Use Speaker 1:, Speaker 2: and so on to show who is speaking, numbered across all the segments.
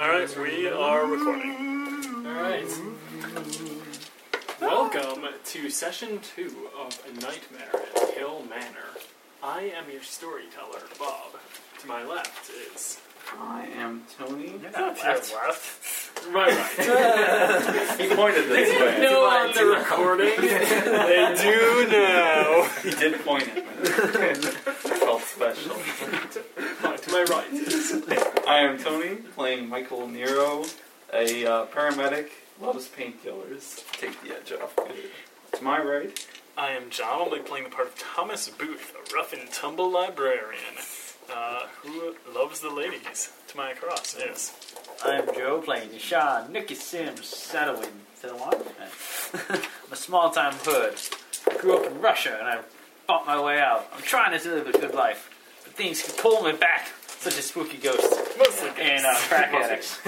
Speaker 1: All right, we are recording.
Speaker 2: All right. Welcome to session two of A Nightmare at Hill Manor. I am your storyteller, Bob. To my left is
Speaker 3: I am Tony.
Speaker 2: to my right.
Speaker 3: He pointed this way.
Speaker 2: no, on the recording, they do know.
Speaker 3: He did point it. Felt special.
Speaker 2: to my right is
Speaker 3: I am Tony, playing Michael Nero, a uh, paramedic, loves painkillers. Take the edge off. To my right,
Speaker 1: I am John. I'll be playing the part of Thomas Booth, a rough and tumble librarian uh, who loves the ladies. To my cross, yes.
Speaker 4: I'm Joe, playing Deshaun Nicky Sims Sadowin. Sadowin? I'm a small time hood. Grew up in Russia and I fought my way out. I'm trying to live a good life, but things can pull me back, such as spooky ghosts
Speaker 2: mostly
Speaker 4: and uh, crack addicts.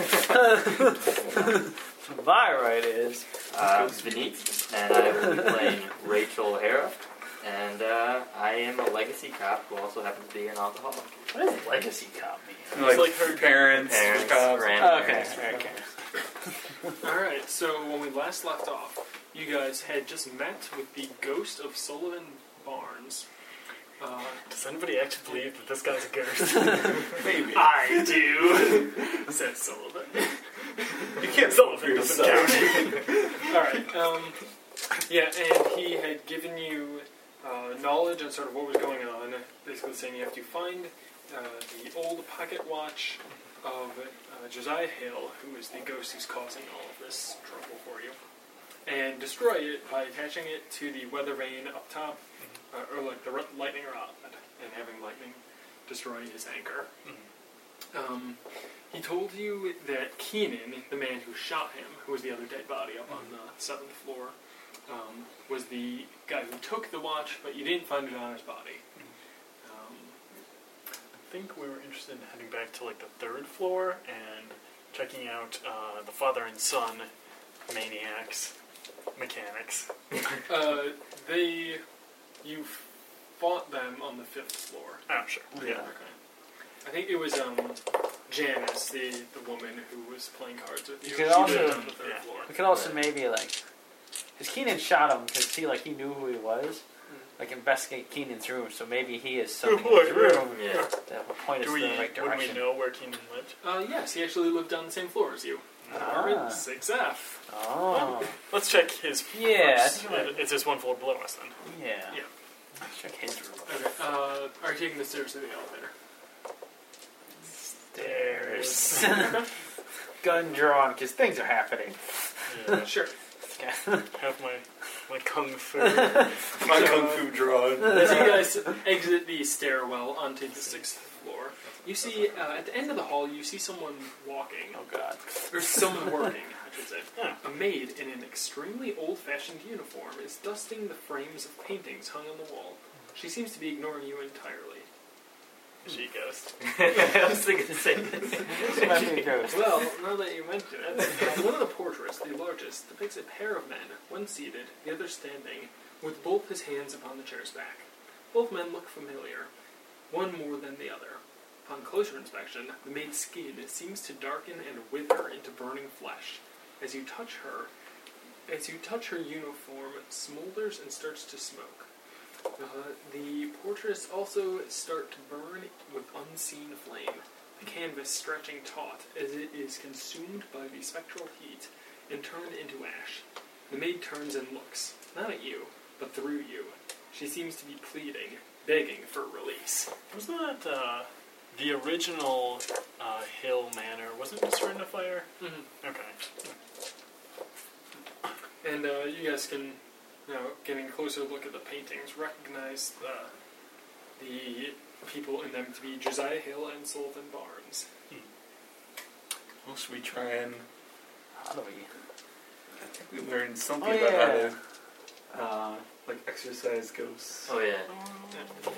Speaker 4: To my right is.
Speaker 5: Uh, Vineet, and I will be playing Rachel O'Hara. And uh, I am a legacy cop who also happens to be an alcoholic.
Speaker 4: What does legacy cop mean?
Speaker 3: like,
Speaker 2: like her
Speaker 3: her parents,
Speaker 5: Parents,
Speaker 3: cops.
Speaker 4: Oh,
Speaker 5: grandparents.
Speaker 4: okay, okay.
Speaker 2: Alright, so when we last left off, you guys had just met with the ghost of Sullivan Barnes. Uh,
Speaker 1: Does anybody actually believe that this guy's a ghost?
Speaker 3: Maybe.
Speaker 2: I do, said Sullivan.
Speaker 3: You can't
Speaker 1: Sullivan doesn't
Speaker 3: yourself.
Speaker 1: count.
Speaker 2: Alright, um, yeah, and he had given you uh, knowledge on sort of what was going on, basically saying you have to find uh, the old pocket watch of uh, Josiah Hill, who is the ghost who's causing all of this trouble for you, and destroy it by attaching it to the weather vane up top, uh, or like the r- lightning rod, and having lightning destroy his anchor. Um, he told you that Keenan, the man who shot him, who was the other dead body up on the seventh floor, um, was the guy who took the watch, but you didn't find it on his body. Um,
Speaker 1: I think we were interested in heading back to like the third floor and checking out uh, the father and son maniacs, mechanics.
Speaker 2: uh, they, you fought them on the fifth floor.
Speaker 1: I'm sure. Yeah.
Speaker 2: Okay. I think it was um, Janice, the, the woman who was playing cards with you.
Speaker 4: You could
Speaker 2: She
Speaker 4: also-
Speaker 2: lived on the third
Speaker 1: yeah.
Speaker 2: floor.
Speaker 4: We could also maybe like, because Keenan shot him because he like he knew who he was.
Speaker 1: Mm-hmm.
Speaker 4: Like investigate Keenan's room, so maybe he is something in his
Speaker 1: point, yeah.
Speaker 4: room
Speaker 5: Yeah.
Speaker 4: that will point us
Speaker 1: Do we,
Speaker 4: in the right
Speaker 1: would we
Speaker 4: direction.
Speaker 1: know where Keenan lived?
Speaker 2: Uh, yes, he actually lived on the same floor as you. Apartment 6F.
Speaker 4: Ah. Oh,
Speaker 1: Let's check his.
Speaker 4: Yeah, I
Speaker 1: first.
Speaker 4: think I might-
Speaker 1: it's just one floor below us then.
Speaker 4: yeah.
Speaker 2: Yeah.
Speaker 4: Let's check his room.
Speaker 2: Okay. Uh, are you taking the stairs to the elevator?
Speaker 4: Stairs. Gun drawn, because things are happening.
Speaker 1: Yeah.
Speaker 2: Sure.
Speaker 1: Have my my kung fu.
Speaker 3: My kung fu drawing.
Speaker 2: As you guys exit the stairwell onto the sixth floor, you see uh, at the end of the hall, you see someone walking,
Speaker 4: Oh god.
Speaker 2: or someone working, I should say.
Speaker 1: Yeah.
Speaker 2: A maid in an extremely old-fashioned uniform is dusting the frames of paintings hung on the wall. She seems to be ignoring you entirely.
Speaker 1: she goes.
Speaker 5: I was thinking the same thing.
Speaker 4: This might be a ghost.
Speaker 2: Well, now that you mention it, uh, one of the portraits, the largest, depicts a pair of men, one seated, the other standing, with both his hands upon the chair's back. Both men look familiar, one more than the other. Upon closer inspection, the maid's skin seems to darken and wither into burning flesh. As you touch her, as you touch her uniform, smolders and starts to smoke. Uh, the portraits also start to burn with unseen flame, the canvas stretching taut as it is consumed by the spectral heat and turned into ash. The maid turns and looks, not at you, but through you. She seems to be pleading, begging for release.
Speaker 1: Wasn't that uh, the original uh, Hill Manor? Wasn't it destroyed in a fire?
Speaker 2: Mm-hmm.
Speaker 1: Okay.
Speaker 2: And uh, you guys can, now getting a closer look at the paintings, recognize the, the people in them to be Josiah Hill and Sullivan Barnes.
Speaker 3: Well, should we try and.
Speaker 4: How do we?
Speaker 3: I think we learned something
Speaker 4: Oh,
Speaker 3: about
Speaker 4: yeah.
Speaker 3: how to, uh, like, exercise ghosts.
Speaker 5: Oh, yeah.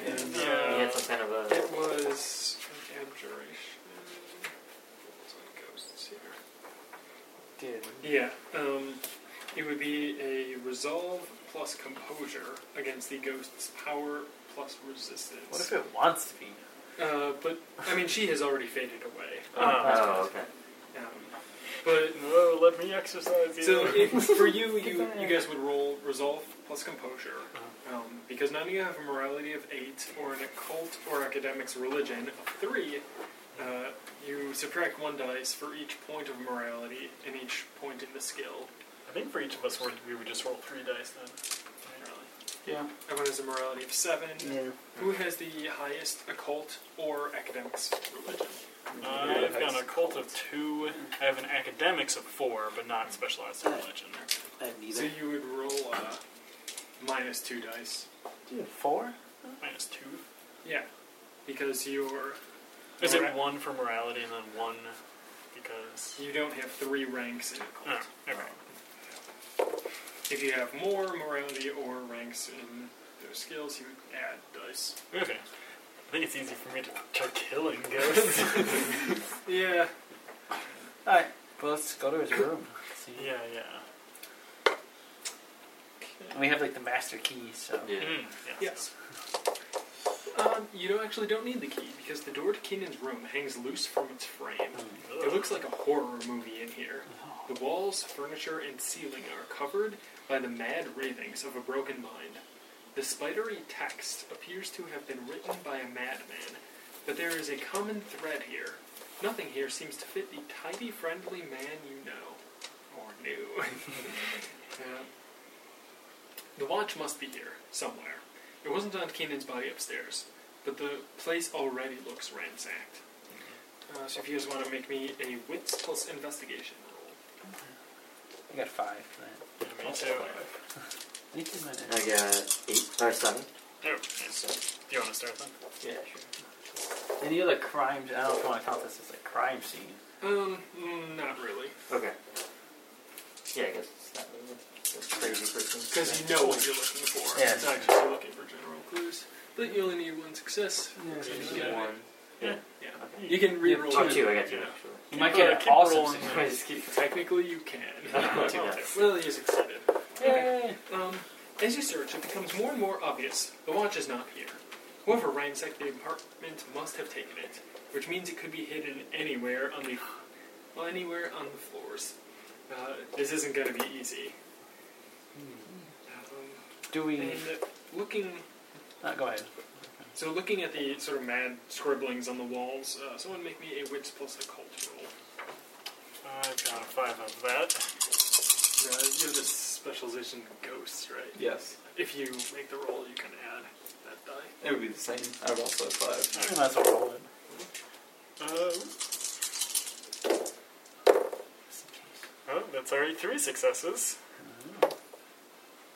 Speaker 2: And,
Speaker 1: Yeah.
Speaker 2: uh,
Speaker 5: He had some kind of a.
Speaker 2: It was an abjuration. It's on ghosts here.
Speaker 4: Dude.
Speaker 2: Yeah, um, it would be a resolve plus composure against the ghost's power plus resistance.
Speaker 4: What if it wants to be?
Speaker 2: uh, but I mean, she has already faded away.
Speaker 1: Uh,
Speaker 5: Oh, okay.
Speaker 2: Um,
Speaker 1: let me exercise you.
Speaker 2: So it, for you, you,
Speaker 1: Goodbye.
Speaker 2: you guys would roll resolve plus composure,
Speaker 1: Uh-huh.
Speaker 2: um, because now you have a morality of eight or an occult or academics religion of three. Uh, you subtract one dice for each point of morality and each point in the skill.
Speaker 1: I think for each of us, we're, we would just roll three dice then.
Speaker 2: Generally,
Speaker 3: Yeah.
Speaker 2: everyone has a morality of seven.
Speaker 3: Yeah.
Speaker 2: Who has the highest occult or academics religion?
Speaker 1: Uh, I've got a cult of two. I have an academics of four, but not specialized in religion.
Speaker 2: So you would roll uh, minus two dice.
Speaker 4: Four?
Speaker 1: Minus two.
Speaker 2: Yeah, because you're
Speaker 1: Is it one for morality and then one because?
Speaker 2: you don't have three ranks in occult.
Speaker 1: Oh, okay.
Speaker 2: If you have more morality or ranks in those skills, you would add dice.
Speaker 1: Okay. I think it's easy for me to start killing ghosts.
Speaker 2: Yeah.
Speaker 4: Alright, well, let's go to his room. See.
Speaker 1: yeah, yeah.
Speaker 4: And we have like the master key, so.
Speaker 5: Yeah.
Speaker 1: Mm,
Speaker 2: Yes. Um, you don't actually don't need the key because the door to Keenan's room hangs loose from its frame. It looks like a horror movie in here.
Speaker 4: Oh,
Speaker 2: The walls, furniture, and ceiling are covered by the mad ravings of a broken mind. The spidery text appears to have been written by a madman, but there is a common thread here. Nothing here seems to fit the tidy, friendly man you know. Or knew. Uh, the watch must be here, somewhere. It wasn't on Keenan's body upstairs, but the place already looks ransacked. Uh, so if you guys want to make me a wits plus investigation roll.
Speaker 4: I got five for that.
Speaker 1: Yeah, me too.
Speaker 4: I think this might-
Speaker 5: I got eight or seven.
Speaker 1: Oh, yes. Do you want to start then?
Speaker 5: Yeah, sure.
Speaker 4: Any other crimes? I don't know if you want to count this as a crime scene.
Speaker 2: Um, mm, not really.
Speaker 5: Okay. Yeah, I guess it's not really a crazy person.
Speaker 2: Because you know what you're looking for.
Speaker 4: Yeah.
Speaker 2: It's not just you're looking for general clues. But you only need one success.
Speaker 4: Yeah.
Speaker 2: So you
Speaker 5: Just
Speaker 2: can
Speaker 5: get
Speaker 2: add
Speaker 5: one.
Speaker 2: it.
Speaker 5: Yeah.
Speaker 2: Yeah.
Speaker 5: Okay.
Speaker 2: You can
Speaker 4: You have
Speaker 2: re-roll
Speaker 5: Oh,
Speaker 2: it.
Speaker 5: two. I got two.
Speaker 2: Yeah.
Speaker 5: Actually.
Speaker 4: You might
Speaker 1: Keep,
Speaker 4: get
Speaker 1: uh,
Speaker 4: an
Speaker 1: keep
Speaker 4: awesome
Speaker 1: rolling.
Speaker 4: success.
Speaker 5: I just keep.
Speaker 2: Technically, you can.
Speaker 5: Two dice.
Speaker 2: well, you succeeded.
Speaker 4: Yay!
Speaker 2: Um, as you search, it becomes more and more obvious the watch is not here. Whoever ransacked the apartment must have taken it, which means it could be hidden anywhere on the, well, anywhere on the floors. Uh, this isn't going to be easy. Um,
Speaker 4: Do we.
Speaker 2: and looking,
Speaker 4: No, go ahead.
Speaker 2: so looking at the sort of mad scribblings on the walls, uh, someone make me a wits plus occult roll.
Speaker 1: I've got a five out of that.
Speaker 2: Uh, you have this specialization in ghosts, right?
Speaker 3: Yes.
Speaker 2: If you make the roll, you can add that die.
Speaker 3: It would be the same. I would also have five.
Speaker 4: We might as well roll it.
Speaker 1: Uh, oh, that's already three successes.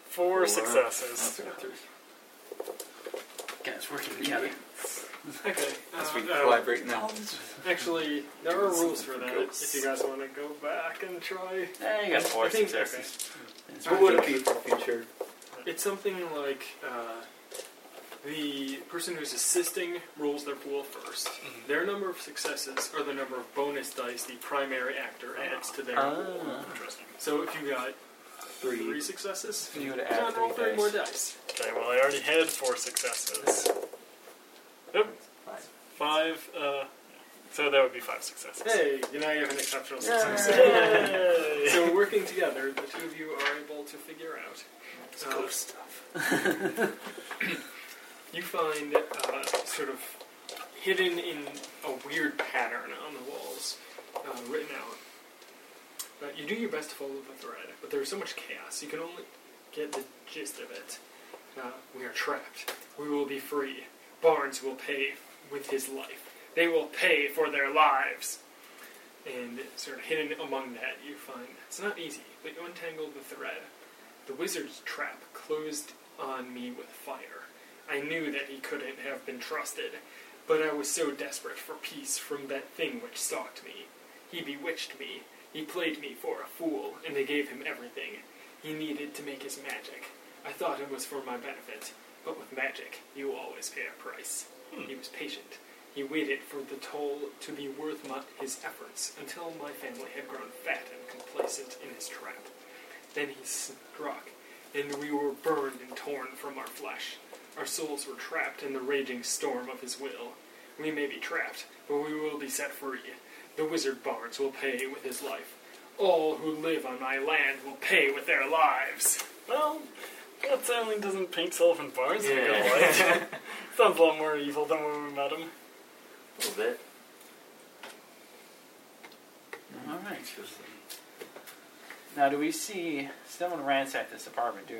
Speaker 1: Four,
Speaker 5: Four.
Speaker 1: successes.
Speaker 4: Guys, working together.
Speaker 2: Okay.
Speaker 3: As
Speaker 2: uh,
Speaker 3: we
Speaker 2: uh,
Speaker 3: collaborate now.
Speaker 2: Actually, there are rules for that.
Speaker 3: Goats.
Speaker 2: If you guys want to go back and try,
Speaker 4: Eh, you got four
Speaker 2: I think-
Speaker 4: successes. It's
Speaker 3: What would it be for future?
Speaker 2: it's something like uh, the person who's assisting rolls their pool 1st
Speaker 3: Mm-hmm.
Speaker 2: Their number of successes are the number of bonus dice the primary actor adds to their pool.
Speaker 4: Ah.
Speaker 1: Interesting.
Speaker 2: So if you got
Speaker 3: Three.
Speaker 2: three successes,
Speaker 4: You would
Speaker 2: John,
Speaker 4: add
Speaker 2: roll
Speaker 4: three dice.
Speaker 2: more dice.
Speaker 1: Okay, well, I already had four successes. Nope,
Speaker 5: Five.
Speaker 1: five. Uh, so that would be five successes.
Speaker 2: Hey, you know you have an exceptional success.
Speaker 1: Yay.
Speaker 2: So working together, the two of you are able to figure out. uh, you find uh, sort of hidden in a weird pattern on the walls, uh, written out. Uh, you do your best to follow the thread, but there's so much chaos, you can only get the gist of it. Uh, we are trapped. We will be free. Barnes will pay with his life. They will pay for their lives. And sort of hidden among that, you find it's not easy, but you untangle the thread. The wizard's trap closed on me with fire. I knew that he couldn't have been trusted, but I was so desperate for peace from that thing which stalked me. He bewitched me. He played me for a fool, and they gave him everything. He needed to make his magic. I thought it was for my benefit, but with magic, you always pay a price. He was patient. He waited for the toll to be worth my, his efforts until my family had grown fat and complacent in his trap. Then he struck, and we were burned and torn from our flesh. Our souls were trapped in the raging storm of his will. We may be trapped, but we will be set free. The wizard Barnes will pay with his life. All who live on my land will pay with their lives.
Speaker 1: Well, Blood Sailing doesn't paint Sullivan bars in real
Speaker 5: Yeah.
Speaker 1: life. Sounds a lot more evil than when we met him.
Speaker 5: A little bit.
Speaker 4: All right. Now, do we see someone ransacked this apartment? Do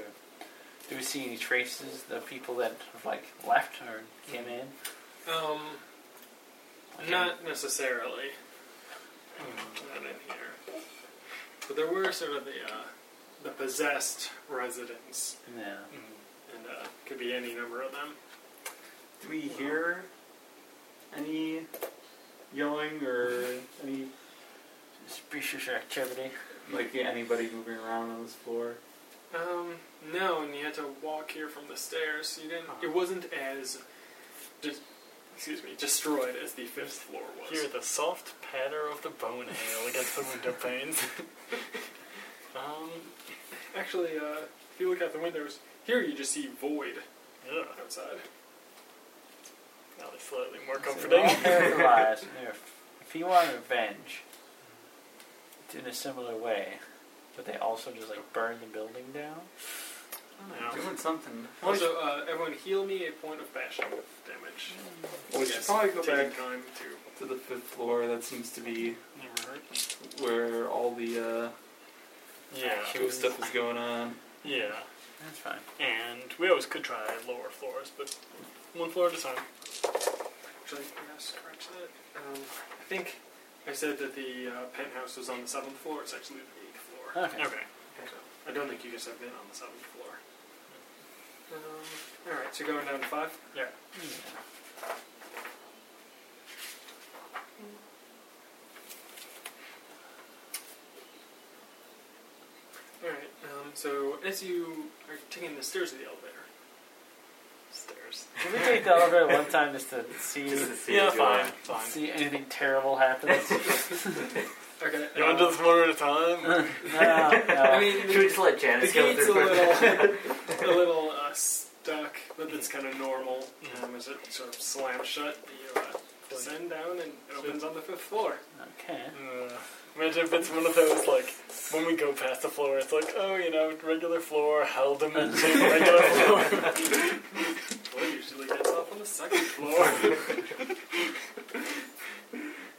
Speaker 4: do we see any traces of people that have like left or came in?
Speaker 2: Um,
Speaker 4: Like,
Speaker 2: not necessarily. Not in here. But there were sort of the uh, the possessed residents,
Speaker 4: in- No.
Speaker 2: and uh, could be any number of them.
Speaker 3: Do we hear any yelling or any
Speaker 4: Suspicious activity.
Speaker 3: like anybody moving around on this floor?
Speaker 2: Um, no, and you had to walk here from the stairs. so You didn't.
Speaker 1: Uh-huh.
Speaker 2: It wasn't as, just, excuse me, destroyed as the fifth floor was.
Speaker 1: Hear the soft patter of the bone hail against the window panes. um,
Speaker 2: Actually, uh, if you look out the windows, here you just see void
Speaker 1: yeah,
Speaker 2: outside.
Speaker 1: that was slightly more
Speaker 4: They're
Speaker 1: comforting.
Speaker 4: all paralyzed. and they're- If he wanted revenge, it's in a similar way, but they also just like burn the building down.
Speaker 1: Yeah.
Speaker 3: Doing something.
Speaker 2: Also, uh, everyone heal me a point of passion damage.
Speaker 3: we should
Speaker 2: Yes,
Speaker 3: probably go
Speaker 2: taking
Speaker 3: back
Speaker 2: time to.
Speaker 3: to the fifth floor. That seems to be
Speaker 1: Never heard.
Speaker 3: where all the uh,
Speaker 1: Yeah,
Speaker 3: cool stuff is going on.
Speaker 1: yeah.
Speaker 4: That's fine.
Speaker 1: And we always could try lower floors, but one floor at a time.
Speaker 2: Actually, I'm gonna scratch that. Um, I think I said that the uh, penthouse was on the seventh floor. It's actually the eighth floor.
Speaker 4: Okay.
Speaker 1: Okay.
Speaker 2: So, I don't think you guys have been on the seventh floor. Um, all right, so going down to five.
Speaker 1: Yeah.
Speaker 2: All right. Um, so as you are taking the stairs of the elevator,
Speaker 1: Stairs.
Speaker 4: Can we take the elevator one time just to see
Speaker 5: Just to see
Speaker 1: Yeah,
Speaker 5: if you are-
Speaker 1: fine, fine.
Speaker 4: see anything terrible happen?
Speaker 2: okay.
Speaker 1: You want to do this one at a time?
Speaker 4: no,
Speaker 2: I
Speaker 4: no.
Speaker 2: mean,
Speaker 5: Should we
Speaker 2: the,
Speaker 5: just let
Speaker 2: the
Speaker 5: Janice go
Speaker 2: gate's a
Speaker 5: through
Speaker 2: little, a little uh, stuck, but that's
Speaker 1: Mm-hmm.
Speaker 2: kind of normal. Um, as it sort of slams shut, you uh, descend down, and it opens on the fifth floor.
Speaker 4: Okay.
Speaker 1: Uh, imagine if it's one of those like when we go past the floor, it's like oh you know regular floor, hell dimension, regular floor.
Speaker 2: Well, it usually gets off on the second floor.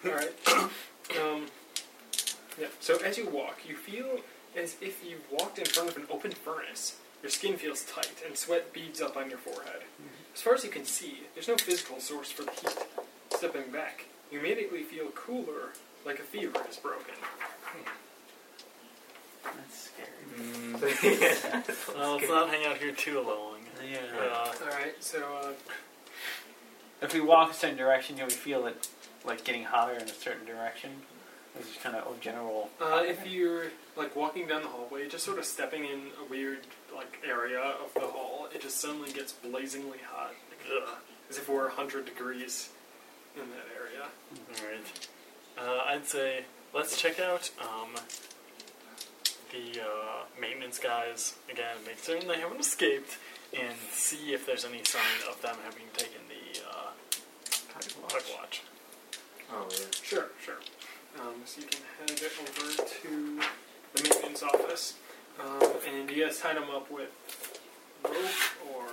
Speaker 2: Alright. Um, yeah, so as you walk, you feel as if you walked in front of an open furnace. Your skin feels tight, and sweat beads up on your forehead. As far as you can see, there's no physical source for the heat. Stepping back, you immediately feel cooler, like a fever is broken.
Speaker 4: That's scary.
Speaker 3: Mm,
Speaker 5: Oh, Yeah.
Speaker 1: Well, let's not hang out here too long.
Speaker 4: Yeah.
Speaker 1: Uh,
Speaker 2: Alright, so, uh,
Speaker 4: If we walk a certain direction, do we feel it like getting hotter in a certain direction? It's just kind of a oh, general.
Speaker 2: Uh, if you're like walking down the hallway, just sort of stepping in a weird like area of the hall, it just suddenly gets blazingly hot, like, ugh, as if we're hundred degrees in that area.
Speaker 1: Alright. Uh, I'd say let's check out um, the uh, maintenance guys again, make certain they haven't escaped, and see if there's any sign of them having taken the uh, tug watch.
Speaker 5: Oh, yeah.
Speaker 2: Sure, sure. Um, so you can head over to the maintenance office, um, and you guys tied them up with rope or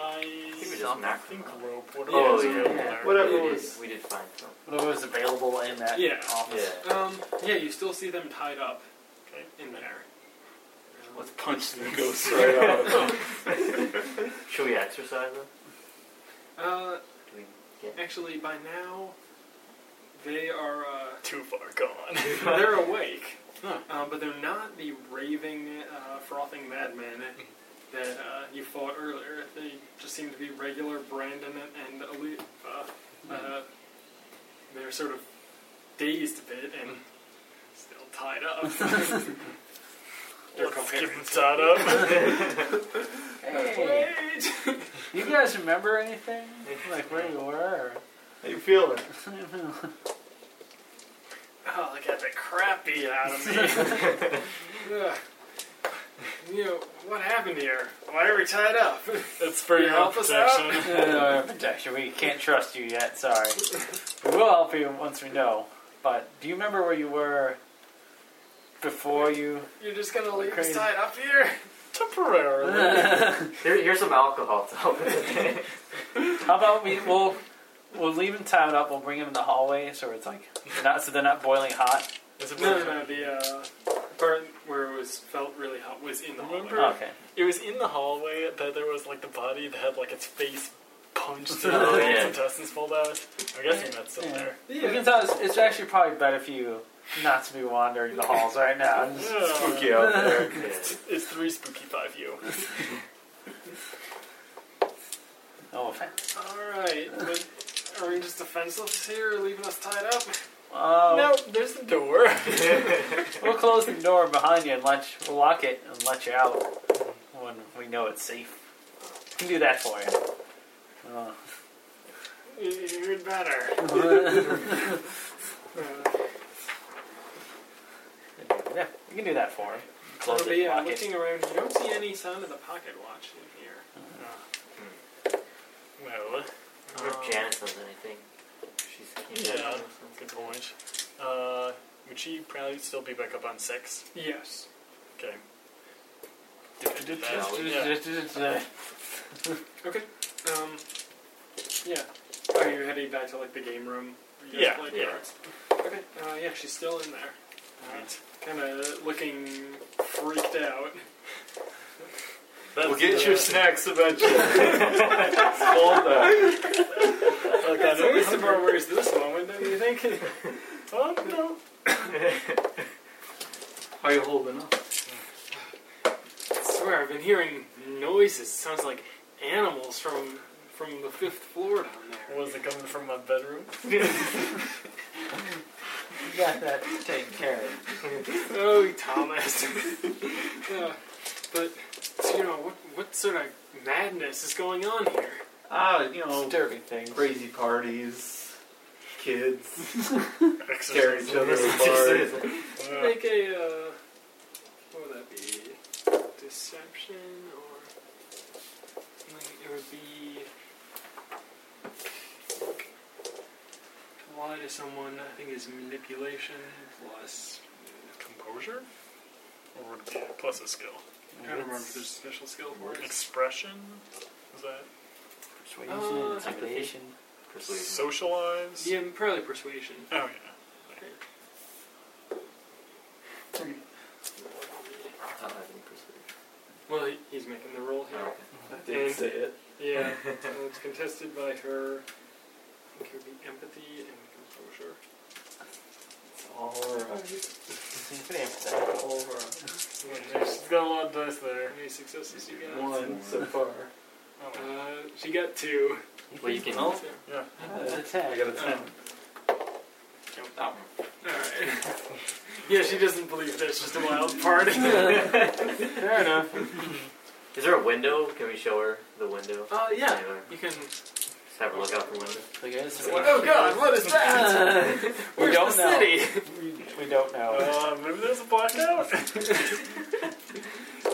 Speaker 1: I
Speaker 5: think we just knocked
Speaker 1: think
Speaker 5: them out.
Speaker 1: rope. What
Speaker 5: Oh,
Speaker 1: else
Speaker 5: yeah.
Speaker 1: we have
Speaker 4: Yeah.
Speaker 1: there?
Speaker 3: Whatever
Speaker 5: We did-
Speaker 3: was-
Speaker 5: We did find some.
Speaker 4: Whatever was available in that
Speaker 2: Yeah.
Speaker 4: office.
Speaker 5: Yeah.
Speaker 2: um, yeah, you still see them tied up
Speaker 1: Okay.
Speaker 2: in there. Um,
Speaker 3: let's punch the ghost right out.
Speaker 5: Should we exercise them?
Speaker 2: uh,
Speaker 5: Do we get
Speaker 2: Actually, by now, they are uh,
Speaker 1: Too far gone.
Speaker 2: they're awake,
Speaker 1: Huh.
Speaker 2: um, but they're not the raving, uh, frothing madmen that uh, you fought earlier. They just seem to be regular Brandon and, and Ali-
Speaker 1: Hmm.
Speaker 2: Uh, uh, they're sort of dazed a bit and still tied up. they're
Speaker 1: let's give
Speaker 2: comparing.
Speaker 1: them that up.
Speaker 4: Hey, you guys remember anything? Like where you were?
Speaker 3: How you feeling?
Speaker 4: Or...
Speaker 1: Hmm.
Speaker 2: Oh, I got the crappy out of me. Ugh. you know, what happened here? Why are we tied up?
Speaker 1: it's for
Speaker 2: You
Speaker 1: your
Speaker 2: help us out?
Speaker 1: protection.
Speaker 4: Uh, protection. We can't trust you yet. Sorry. We will help you once we know. But do you remember where you were before you.
Speaker 1: You're just gonna leave
Speaker 4: Crazy.
Speaker 1: us tied up here temporarily.
Speaker 5: Here, here's some alcohol to help with it.
Speaker 4: How about we we'll we'll leave him tied up. We'll bring him in the hallway so it's like not so they're not boiling hot.
Speaker 1: There's a
Speaker 2: No,
Speaker 1: bit
Speaker 2: no,
Speaker 1: of
Speaker 2: no.
Speaker 1: a-
Speaker 2: The uh, part where it was felt really hot was in the
Speaker 1: Remember?
Speaker 2: hallway.
Speaker 4: Okay.
Speaker 1: It was in the hallway that there was like the body that had like its face punched and
Speaker 5: Oh,
Speaker 1: its
Speaker 5: yeah.
Speaker 1: intestines pulled out. I'm guessing that's still
Speaker 4: Yeah.
Speaker 1: there.
Speaker 4: You can tell it's, it's actually probably better for you not to be wandering the halls right now. And just-
Speaker 1: Yeah.
Speaker 3: Spooky out there.
Speaker 5: Yeah.
Speaker 1: It's three spooky five you.
Speaker 4: no offense.
Speaker 1: Alright, but are we just defenseless here or leaving us tied up?
Speaker 2: Uh,
Speaker 4: Oh,
Speaker 1: No, there's the door.
Speaker 4: We'll close the door behind you and let you, we'll lock it and let you out when we know it's safe. We can do that for you. Uh,
Speaker 1: You- You'd better.
Speaker 4: yeah, we can do that for him. Close
Speaker 2: But
Speaker 4: it,
Speaker 2: yeah,
Speaker 4: lock it.
Speaker 2: uh, looking around, you don't see any sign of the pocket watch in here.
Speaker 1: Hmm. Well,
Speaker 5: I wonder if Janice knows anything. She's keen on
Speaker 1: Yeah.
Speaker 5: knowing
Speaker 1: good
Speaker 5: something.
Speaker 1: point. Uh, would she probably still be back up on six?
Speaker 2: Yes.
Speaker 1: Okay. If I did that, yeah.
Speaker 4: Yeah.
Speaker 2: Okay. Um. Yeah. Are you heading back to like the game room? where you guys
Speaker 1: Yeah,
Speaker 2: played
Speaker 5: yeah.
Speaker 2: cards? Okay. Uh, yeah, she's still in there. Uh,
Speaker 1: Alright.
Speaker 2: Kind of looking freaked out.
Speaker 1: That's,
Speaker 3: We'll get your
Speaker 1: uh,
Speaker 3: snacks eventually. Hold that.
Speaker 1: Look, I
Speaker 2: At
Speaker 1: know
Speaker 2: least the bar is this moment, don't you think?
Speaker 1: Oh, no.
Speaker 3: How you holding up?
Speaker 2: I swear, I've been hearing noises. Sounds like animals from from the fifth floor down there.
Speaker 1: Was it coming from my bedroom?
Speaker 4: You got that taken care of.
Speaker 2: Oh, Thomas. yeah. But you know what? What sort of madness is going on here?
Speaker 3: Ah, you know,
Speaker 4: Disturbing things.
Speaker 3: crazy parties, kids, tear
Speaker 1: Exorcism.
Speaker 3: each other apart.
Speaker 1: Uh,
Speaker 2: Make a uh, what would that be? Deception or like it would be to lie to someone. I think is manipulation plus.
Speaker 1: Composure? Or would it be plus a skill?
Speaker 2: I don't remember if there's a special skill for it.
Speaker 1: Expression? Is that
Speaker 4: Persuasion,
Speaker 5: Oh.
Speaker 2: Uh,
Speaker 4: intimidation.
Speaker 5: Persuasion.
Speaker 1: socialize?
Speaker 2: Yeah, probably persuasion.
Speaker 1: Oh,
Speaker 5: I don't have any persuasion.
Speaker 2: Well, he, he's making the roll here.
Speaker 5: No.
Speaker 3: I didn't say it.
Speaker 2: Yeah, uh, it's contested by her. I think it would be empathy and composure.
Speaker 3: Alright.
Speaker 4: Seems pretty empathetic.
Speaker 1: yeah. yeah. She's got a lot of dice there.
Speaker 2: How many successes you got?
Speaker 3: One so far.
Speaker 1: Oh,
Speaker 2: Uh, she got two.
Speaker 5: Well, you can.
Speaker 3: Well,
Speaker 1: yeah.
Speaker 4: That's a
Speaker 3: I
Speaker 4: ten.
Speaker 3: got a 10.
Speaker 2: Alright. yeah, she doesn't believe there's just a wild party. Fair enough.
Speaker 5: Is there a window? Can we show her the window?
Speaker 2: Uh, yeah.
Speaker 5: Anyway,
Speaker 2: You can.
Speaker 5: just have her look out the window.
Speaker 4: Look, it's-
Speaker 2: Oh god, what is that?
Speaker 4: We
Speaker 2: Where's
Speaker 4: don't
Speaker 2: the
Speaker 4: know.
Speaker 2: city?
Speaker 4: we, we don't know.
Speaker 1: Uh, maybe there's a blackout?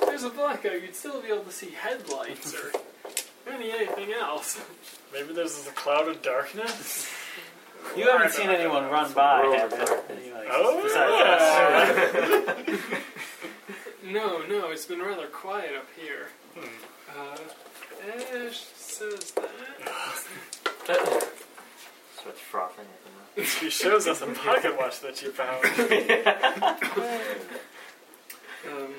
Speaker 2: There's a blackout. You'd still be able to see headlights or any anything else.
Speaker 1: maybe there's a cloud of darkness?
Speaker 4: You haven't seen anyone run by,
Speaker 5: World
Speaker 4: have
Speaker 5: of
Speaker 4: you?
Speaker 5: darkness.
Speaker 4: Like,
Speaker 1: Oh,
Speaker 4: besides
Speaker 1: yeah.
Speaker 4: us.
Speaker 2: No, no, it's been rather quiet up here.
Speaker 1: Hmm.
Speaker 2: Uh, Ash says that.
Speaker 5: Starts frothing at the mouth.
Speaker 1: She shows us a pocket watch that she found.
Speaker 2: Um,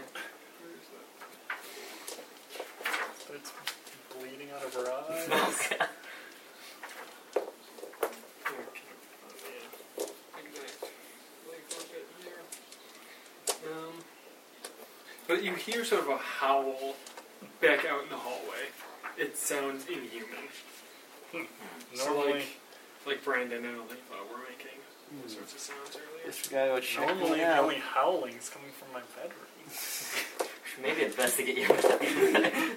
Speaker 1: It's bleeding out of her
Speaker 3: Oh,
Speaker 1: eyes.
Speaker 2: Um, but you hear sort of a howl back out in the hallway. It sounds inhuman.
Speaker 1: Normally,
Speaker 2: Like Brandon and Oliva were making all sorts of sounds earlier.
Speaker 4: Guess we gotta go check
Speaker 1: normally
Speaker 4: it
Speaker 1: the
Speaker 4: out.
Speaker 1: only howling is coming from my bedroom.
Speaker 5: Maybe investigate your bedroom.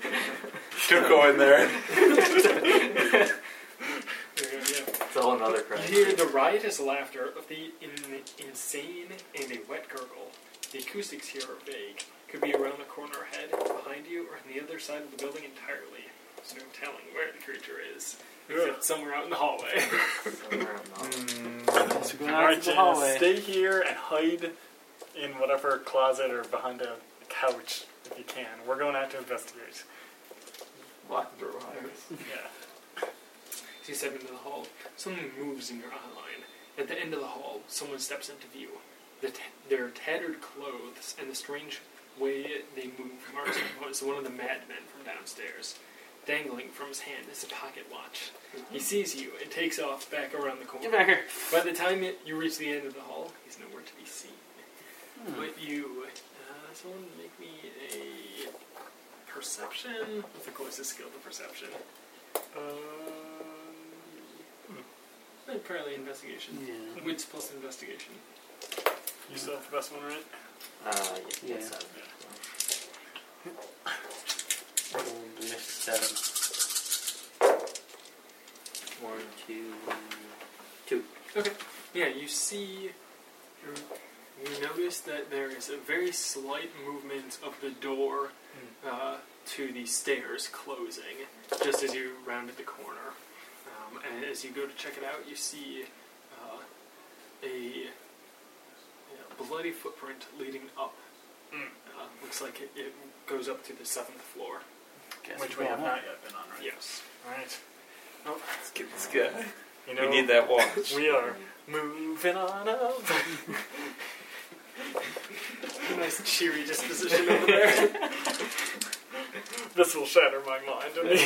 Speaker 3: Don't go in there.
Speaker 2: Yeah.
Speaker 5: it's a whole nother crime.
Speaker 2: You hear the riotous laughter of the in- insane and a wet gurgle. The acoustics here are vague. Could be around the corner ahead, behind you, or on the other side of the building entirely. There's no telling where the creature is. If it's somewhere out in the hallway.
Speaker 5: Somewhere I'm not.
Speaker 4: Guess we're going out
Speaker 1: Alright,
Speaker 4: to the
Speaker 1: Janice,
Speaker 4: hallway.
Speaker 1: stay here and hide in whatever closet or behind a couch if you can. We're going out to investigate.
Speaker 3: Lock the door behind us.
Speaker 1: Yeah.
Speaker 2: As you step into the hall, something moves in your eye line. At the end of the hall, someone steps into view. The t- their tattered clothes and the strange way they move marks him as one of the madmen from downstairs. Dangling from his hand is a pocket watch. He sees you and takes off back around the corner.
Speaker 4: Get back here.
Speaker 2: By the time it- you reach the end of the hall, he's nowhere to be seen. But you, uh, someone make me a perception. What's the closest skill to perception? Um, hmm. Apparently investigation.
Speaker 4: Yeah.
Speaker 2: Wits plus investigation.
Speaker 1: You still have the best one, right?
Speaker 5: Uh, y-
Speaker 4: Yeah.
Speaker 5: yes, I-
Speaker 4: Old list seven.
Speaker 5: One, two.
Speaker 2: Okay. Yeah, you see. You you notice that there is a very slight movement of the door uh, to the stairs closing just as you rounded the corner. Um, and as you go to check it out, you see uh, a you know, bloody footprint leading up.
Speaker 1: Mm.
Speaker 2: Uh, looks like it, it goes up to the seventh floor.
Speaker 4: Guess
Speaker 1: Which we
Speaker 4: one
Speaker 1: have
Speaker 4: more.
Speaker 1: not yet been on, right?
Speaker 2: Yes.
Speaker 1: All right.
Speaker 3: Let's get this guy.
Speaker 1: You know,
Speaker 3: we need that watch.
Speaker 1: we are moving on up.
Speaker 2: nice cheery disposition over there.
Speaker 1: this will shatter my mind.
Speaker 2: All right.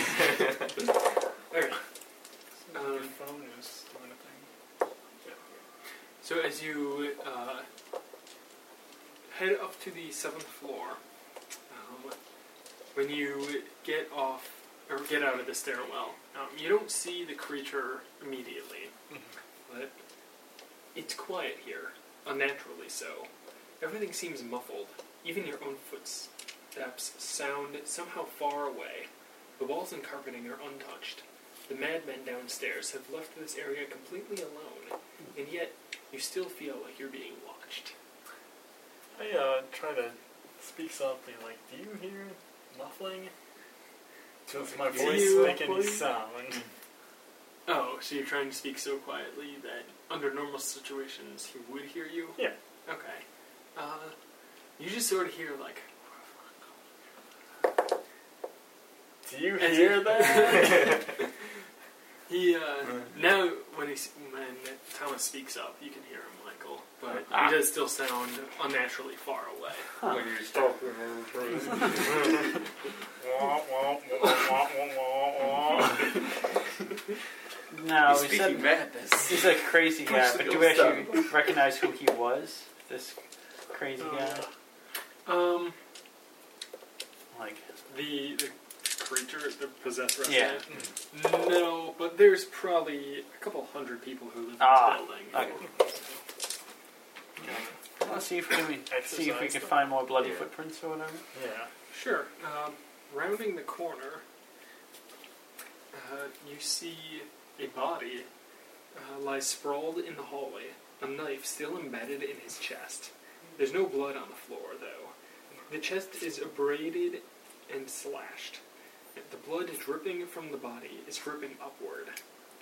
Speaker 1: Your
Speaker 2: Um,
Speaker 1: phone is doing a thing.
Speaker 2: So as you uh, head up to the seventh floor, um, when you get off or get out of the stairwell, um, you don't see the creature immediately,
Speaker 1: Mhm.
Speaker 2: but it's quiet here, unnaturally so. Everything seems muffled. Even your own footsteps sound somehow far away. The walls and carpeting are untouched. The madmen downstairs have left this area completely alone, and yet you still feel like you're being watched.
Speaker 1: I uh, try to speak softly, like, do you hear muffling? Does my
Speaker 2: Do
Speaker 1: voice
Speaker 2: you
Speaker 1: make any
Speaker 2: muffling?
Speaker 1: sound?
Speaker 2: Oh, so you're trying to speak so quietly that under normal situations he would hear you?
Speaker 1: Yeah.
Speaker 2: Okay. Uh, you just sort of hear like.
Speaker 1: Do you
Speaker 2: As
Speaker 1: hear
Speaker 2: you-
Speaker 1: that?
Speaker 2: He uh, now when he s- when Thomas speaks up, you can hear him, Michael, but
Speaker 3: Ah.
Speaker 2: he does still sound unnaturally far away.
Speaker 3: When you're talking over
Speaker 1: Wah, wah, wah, wah, wah, wah, wah.
Speaker 4: No,
Speaker 3: He's
Speaker 4: we said
Speaker 3: speaking madness.
Speaker 4: He's a crazy guy,
Speaker 3: Push the
Speaker 4: but do we
Speaker 3: ghost
Speaker 4: actually recognize who he was? This crazy guy?
Speaker 2: Uh, um,
Speaker 4: Like,
Speaker 2: the, the creature, the possessor. of
Speaker 4: Yeah.
Speaker 2: that? Mm, No, but there's probably a couple hundred people who live in
Speaker 4: Ah,
Speaker 2: this building.
Speaker 4: okay. let's see if we can see if we
Speaker 1: Exercise
Speaker 4: can
Speaker 1: them.
Speaker 4: find more bloody
Speaker 5: Yeah.
Speaker 4: footprints or whatever.
Speaker 1: Yeah.
Speaker 2: Sure. Um, rounding the corner, uh, you see a body uh, lies sprawled in the hallway, a knife still embedded in his chest. There's no blood on the floor, though. The chest is abraded and slashed. The blood dripping from the body is dripping upward.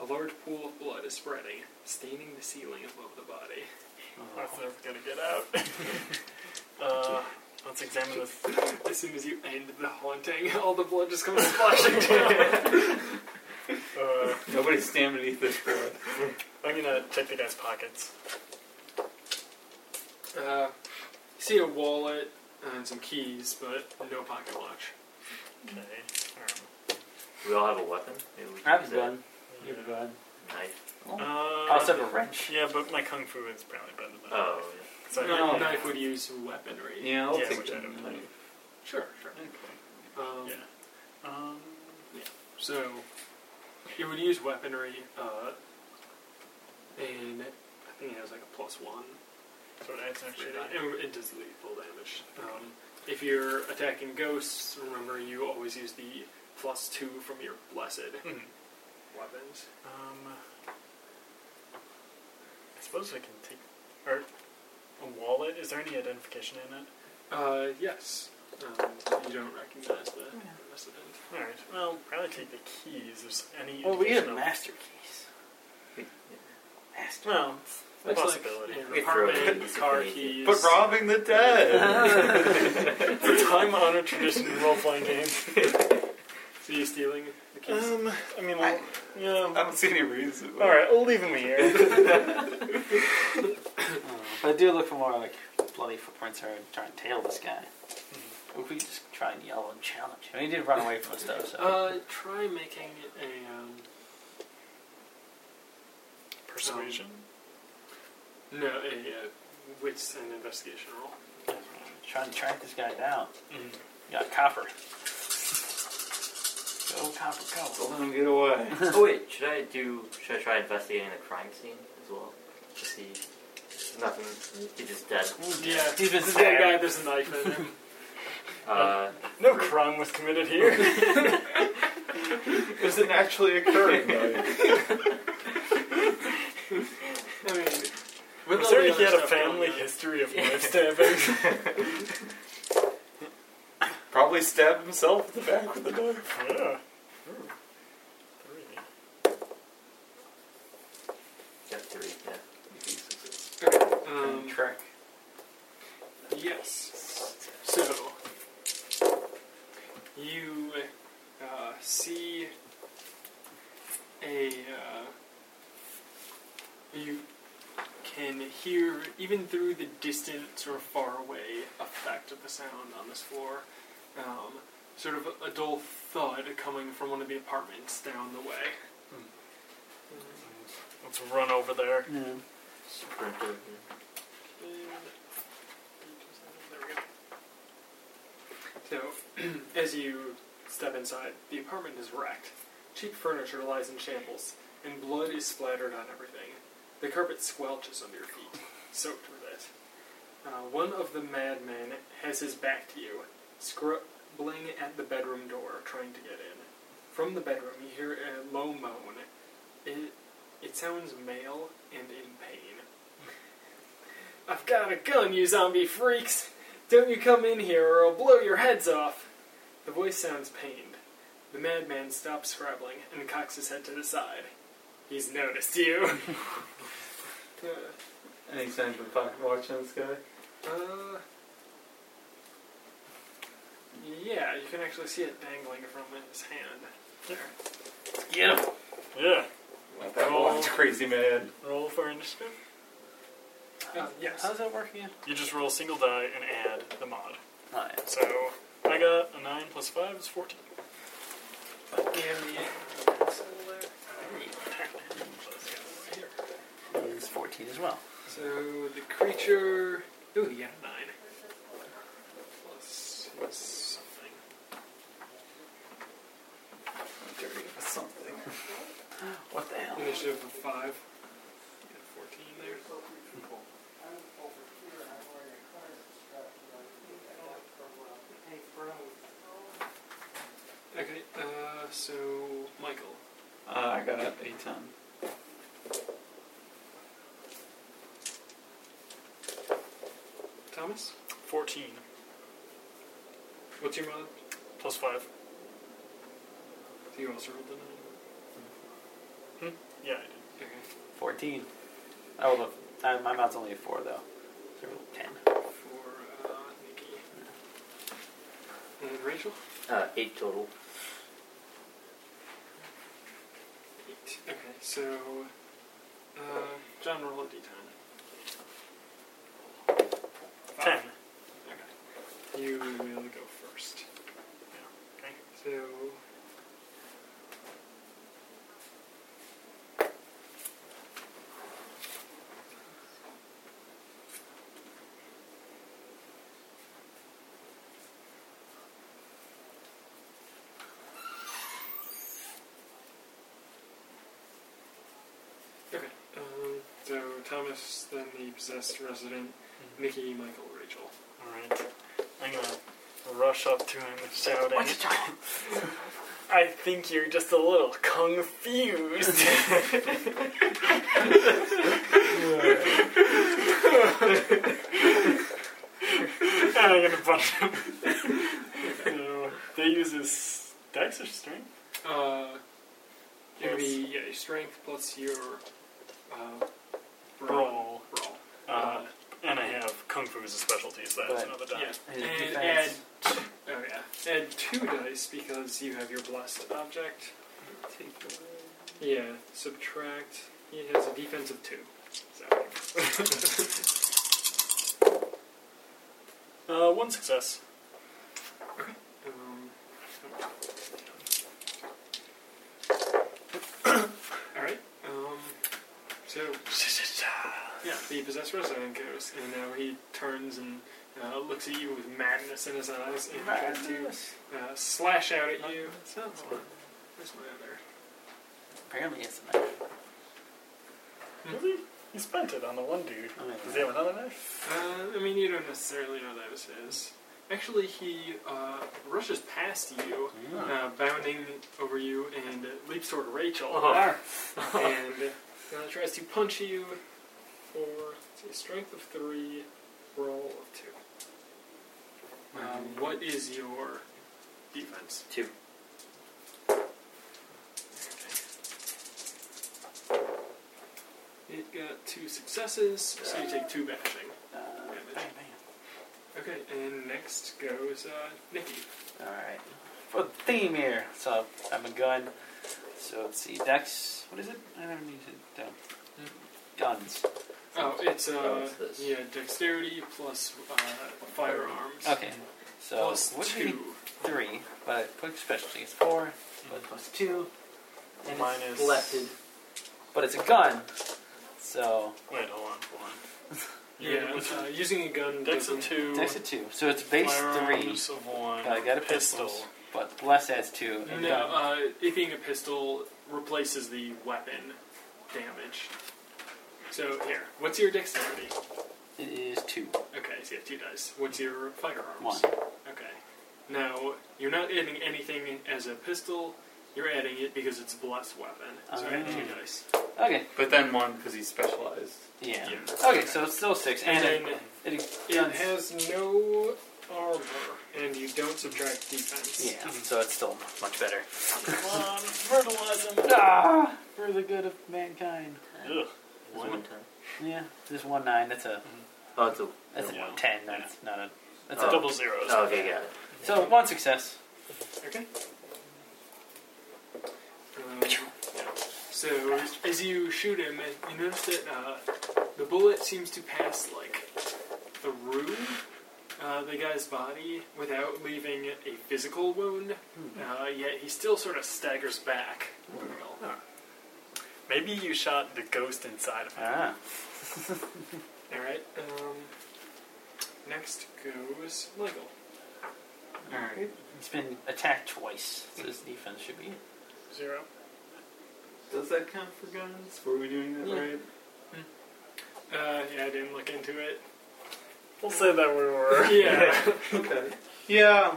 Speaker 2: A large pool of blood is spreading, staining the ceiling above the body.
Speaker 1: That's never gonna get out. uh, let's examine this. uh,
Speaker 2: As soon as you end the haunting, all the blood just comes splashing down.
Speaker 1: Uh,
Speaker 3: Nobody's standing beneath this door.
Speaker 1: I'm gonna check the guy's pockets.
Speaker 2: Uh, see a wallet and some keys, but no pocket watch.
Speaker 1: Okay. Um,
Speaker 5: We all have a weapon. Maybe we
Speaker 4: I
Speaker 5: can
Speaker 4: have
Speaker 5: use
Speaker 4: a gun. You have a
Speaker 1: yeah.
Speaker 4: gun.
Speaker 5: Knife.
Speaker 1: Uh,
Speaker 4: I also have Oh, a wrench.
Speaker 1: yeah, but my kung fu is probably better than
Speaker 5: Oh,
Speaker 1: So
Speaker 2: Knife-
Speaker 3: No.
Speaker 2: Knife would use weaponry.
Speaker 3: Yeah, I'll
Speaker 1: Yeah,
Speaker 3: take
Speaker 1: which I
Speaker 3: that.
Speaker 1: don't
Speaker 3: knife.
Speaker 2: Sure, sure. Um,
Speaker 1: yeah. Um,
Speaker 2: So, it would use weaponry, uh, and I think it has like a plus one.
Speaker 1: so that's actually not.
Speaker 2: It, it does lethal damage. Um, if you're attacking ghosts, remember you always use the plus two from your blessed
Speaker 1: Mhm.
Speaker 3: Hmm.
Speaker 2: weapons.
Speaker 1: Um, I suppose I can take. Or a wallet? Is there any identification in it?
Speaker 2: Uh, yes. Um, you don't recognize the resident.
Speaker 1: Alright, well, probably take the keys. There's any
Speaker 4: Well, Oh, we
Speaker 1: indication
Speaker 4: have
Speaker 1: of-
Speaker 4: master keys. Master.
Speaker 1: Well,
Speaker 2: That's like
Speaker 1: Possibility.
Speaker 2: you know,
Speaker 5: We throw it in,
Speaker 2: apartment,
Speaker 5: it's
Speaker 2: car
Speaker 5: easy.
Speaker 2: keys.
Speaker 3: But robbing the dead.
Speaker 1: It's a time honored tradition in role playing games.
Speaker 2: So you stealing the keys?
Speaker 1: Um, I mean,
Speaker 3: I- I
Speaker 1: yeah.
Speaker 3: don't see any reason.
Speaker 1: All right, we'll leave him here.
Speaker 4: But I do look for more like bloody footprints or trying to tail this guy. Or if we just try and yell and challenge him. He did run away from us though, so.
Speaker 2: uh, try making a um,
Speaker 1: Persuasion.
Speaker 2: no a uh, wits and investigation roll.
Speaker 4: trying to track this guy down.
Speaker 1: Mhm.
Speaker 4: We got copper. Go copper, go.
Speaker 3: Let him get away.
Speaker 5: oh wait, should I do? Should I try investigating the crime scene as well? To see if nothing. He's just dead.
Speaker 2: Yeah,
Speaker 4: He's been
Speaker 2: this is that
Speaker 4: stabbed.
Speaker 2: guy. There's a knife in him.
Speaker 5: Uh,
Speaker 1: No crime was committed here.
Speaker 3: Is it naturally occurring? though?
Speaker 2: I mean, with
Speaker 1: Was
Speaker 2: all
Speaker 1: there
Speaker 2: the
Speaker 1: he had
Speaker 2: other
Speaker 1: a
Speaker 2: stuff going
Speaker 1: family
Speaker 2: on-
Speaker 1: history of knife stabbing?
Speaker 3: Probably stabbed himself in the back with a knife.
Speaker 1: yeah. Three.
Speaker 5: got three. Yeah.
Speaker 2: Um,
Speaker 3: Trick.
Speaker 2: Yes. So you uh, see a uh, you can hear even through the distant sort of far away effect of the sound on this floor, um, sort of a dull thud coming from one of the apartments down the way.
Speaker 1: Hmm. Let's run over there.
Speaker 4: Yeah.
Speaker 5: Sprinter.
Speaker 2: There we go. So, as you step inside, the apartment is wrecked. Cheap furniture lies in shambles, and blood is splattered on everything. The carpet squelches under your feet, soaked with it. Uh, one of the madmen has his back to you, scrubbling at the bedroom door, trying to get in. From the bedroom, you hear a low moan. It, it sounds male and in pain. I've got a gun, you zombie freaks! Don't you come in here or I'll blow your heads off! The voice sounds pained. The madman stops scrabbling and cocks his head to the side. He's noticed you. uh,
Speaker 3: Any signs of pocket watching this guy?
Speaker 2: uh, yeah, you can actually see it dangling from his hand. There.
Speaker 4: Get him.
Speaker 1: Yeah.
Speaker 3: Not
Speaker 1: that one.
Speaker 3: crazy man.
Speaker 1: Roll for initiative.
Speaker 2: Uh, yes.
Speaker 4: How's that working? again?
Speaker 1: You just roll a single die and add the mod.
Speaker 4: Oh, yeah.
Speaker 1: So I got a 9 plus 5 is 14.
Speaker 2: And the- so there. Here.
Speaker 4: He's 14 as well.
Speaker 2: So the creature. Ooh, he got a nine. Plus his something.
Speaker 3: Something.
Speaker 4: What the hell?
Speaker 2: Initiative of five. You got Fourteen there. Okay. Uh, so Michael.
Speaker 3: Uh, I got a ten.
Speaker 2: Thomas.
Speaker 1: 14
Speaker 2: What's your mod?
Speaker 1: plus 5.
Speaker 2: So you also rolled a
Speaker 1: Yeah, I did.
Speaker 2: nine.
Speaker 4: 14. Oh, look. I, my mouth's only a 4, though. So 10.
Speaker 2: Okay. For uh, Nikki. And then Rachel.
Speaker 5: Uh, eight total.
Speaker 2: Eight. Okay. So. Uh, John roll a d10.
Speaker 1: 10.
Speaker 2: Five. Okay. You will go first.
Speaker 1: Okay.
Speaker 2: So. Okay. Um, so Thomas, then the possessed resident,
Speaker 3: Mm-hmm.
Speaker 2: Mickey, Michael, Rachel.
Speaker 1: Alright. I'm gonna rush up to him and shout at him.
Speaker 4: What's your time?
Speaker 1: I think you're just a little confused. and I'm gonna punch him. so, they use his dex or strength?
Speaker 2: Uh, it would
Speaker 1: Plus-
Speaker 2: be yeah, your strength plus your uh, brawl.
Speaker 1: Brawl. Uh, and I have Kung Fu as a specialty, so that's
Speaker 4: Right.
Speaker 1: another die.
Speaker 2: Yeah.
Speaker 4: His
Speaker 2: And add,
Speaker 4: defense.
Speaker 2: oh yeah, add two dice because you have your blessed object.
Speaker 3: Take away.
Speaker 2: Yeah, subtract. He has a defense of two. So.
Speaker 1: Uh, one success.
Speaker 2: Um, all right. Um, so yeah, the possessor then goes, and now he turns and uh, looks at you with madness in his eyes and tries to uh, slash out at you. Sounds like where's my other?
Speaker 4: Apparently it's a knife.
Speaker 1: Really? He spent it on the one dude.
Speaker 4: I
Speaker 1: Does
Speaker 4: mean,
Speaker 1: he have another knife?
Speaker 2: Uh, I mean, you don't necessarily know that was his. Actually, he uh, rushes past you, uh, bounding over you, and uh, leaps toward Rachel,
Speaker 4: Oh.
Speaker 1: Uh-huh.
Speaker 2: and uh, tries to punch you for let's see, strength of three, roll of two. Um, what is your defense?
Speaker 5: Two.
Speaker 2: It got two successes, so you take two bashing damage.
Speaker 4: uh, bang, bang.
Speaker 2: Okay, and next goes uh, Nikki.
Speaker 4: Alright. For the theme here. So I have a gun. So let's see. Dex. What is it? I don't need it. Down. Guns.
Speaker 2: Oh, it's
Speaker 5: Oh,
Speaker 2: uh,
Speaker 5: it's this.
Speaker 2: yeah, dexterity plus uh, firearms.
Speaker 4: Okay. So
Speaker 2: Plus
Speaker 4: Oh. what do you
Speaker 2: two.
Speaker 4: think? three, but quick specialty is four, but plus two, and it's-
Speaker 1: Mine is.
Speaker 5: Blessed.
Speaker 4: but it's a gun. So
Speaker 1: Wait, hold on, hold on.
Speaker 2: Yeah,
Speaker 1: You're-
Speaker 2: uh, using a gun.
Speaker 1: Dex of
Speaker 2: doesn't-
Speaker 1: two.
Speaker 4: that's a two. So it's base three,
Speaker 1: firearms of one.
Speaker 4: but I got a
Speaker 1: pistol.
Speaker 4: pistol, but bless adds two. And
Speaker 2: No,
Speaker 4: gun.
Speaker 2: uh, it being a pistol replaces the weapon damage. So here, what's your dexterity?
Speaker 4: it is two,
Speaker 2: Okay, so you have two dice. What's your firearms?
Speaker 4: one.
Speaker 2: Okay. Now you're not adding anything as a pistol. You're adding it because it's a blessed weapon. So add
Speaker 4: Ah.
Speaker 2: two dice.
Speaker 4: Okay,
Speaker 3: But then one because he's specialized.
Speaker 4: yeah.
Speaker 2: Yeah.
Speaker 4: Okay, so it's still six, and,
Speaker 2: And
Speaker 4: it,
Speaker 2: then
Speaker 4: it,
Speaker 2: It
Speaker 4: guns.
Speaker 2: has no armor, and you don't subtract
Speaker 4: yeah,
Speaker 2: defense.
Speaker 4: so it's still much better.
Speaker 1: Come on, fertilize them.
Speaker 4: Ah, for the good of mankind.
Speaker 1: Ugh.
Speaker 5: One.
Speaker 1: One.
Speaker 5: one time.
Speaker 4: Yeah, this one nine. That's a
Speaker 5: Oh, it's a.
Speaker 4: that's
Speaker 1: Yeah.
Speaker 4: a ten. That's not a. That's
Speaker 5: Oh.
Speaker 4: a,
Speaker 1: Double zeros.
Speaker 5: Oh, okay, got it.
Speaker 4: so one success.
Speaker 2: Okay. Um, yeah. so as you shoot him, you notice that uh, the bullet seems to pass like through uh, the guy's body without leaving a physical wound. Uh, yet he still sort of staggers back.
Speaker 1: Maybe you shot the ghost inside of him.
Speaker 4: Ah,
Speaker 2: All right. Um, next goes Michael.
Speaker 3: Alright.
Speaker 4: it's been attacked twice. So his defense should be it.
Speaker 1: Zero.
Speaker 3: Does that count for guns? Were we doing that
Speaker 2: Yeah.
Speaker 3: right?
Speaker 2: Uh, yeah, I didn't look into it.
Speaker 1: We'll say that we were.
Speaker 2: Yeah.
Speaker 3: Okay. Yeah.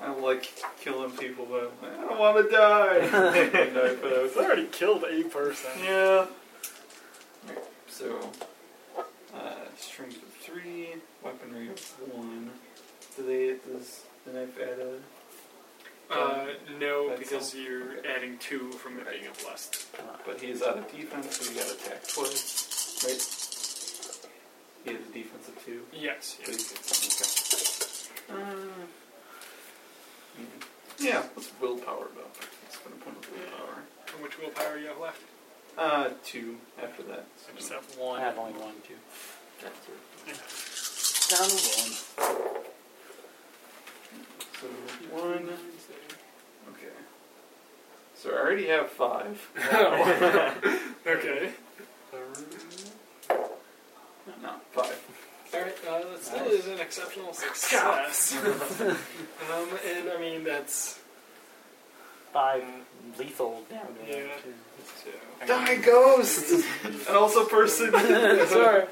Speaker 3: I like killing people, but I'm like, I don't want to die. and I put out
Speaker 1: It's already killed a person.
Speaker 3: Yeah. So, uh, strength of three, weaponry of one. Do they? Does the knife add a?
Speaker 2: Uh, no,
Speaker 3: That's
Speaker 2: because you're
Speaker 3: Okay.
Speaker 2: adding two from it being a blessed.
Speaker 3: But he is out of defense, so he got attacked twice, right? He has a defense of two.
Speaker 2: Yes.
Speaker 3: but he
Speaker 2: yes.
Speaker 3: gets- Okay. Uh, mm. yeah, let's willpower though. Let's put a point of willpower.
Speaker 2: And which willpower you have left?
Speaker 3: Uh, two after that.
Speaker 1: I just
Speaker 3: So,
Speaker 1: have one.
Speaker 4: I have only one, two.
Speaker 5: Got two.
Speaker 4: Down to one.
Speaker 3: so one. Okay. So I already have five.
Speaker 2: okay.
Speaker 3: No, five.
Speaker 2: Alright, uh, that still
Speaker 4: Nice.
Speaker 2: is an exceptional success. um, and I mean, that's.
Speaker 4: Five lethal damage.
Speaker 2: Yeah. So.
Speaker 3: Die, ghost! and also person. Sorry.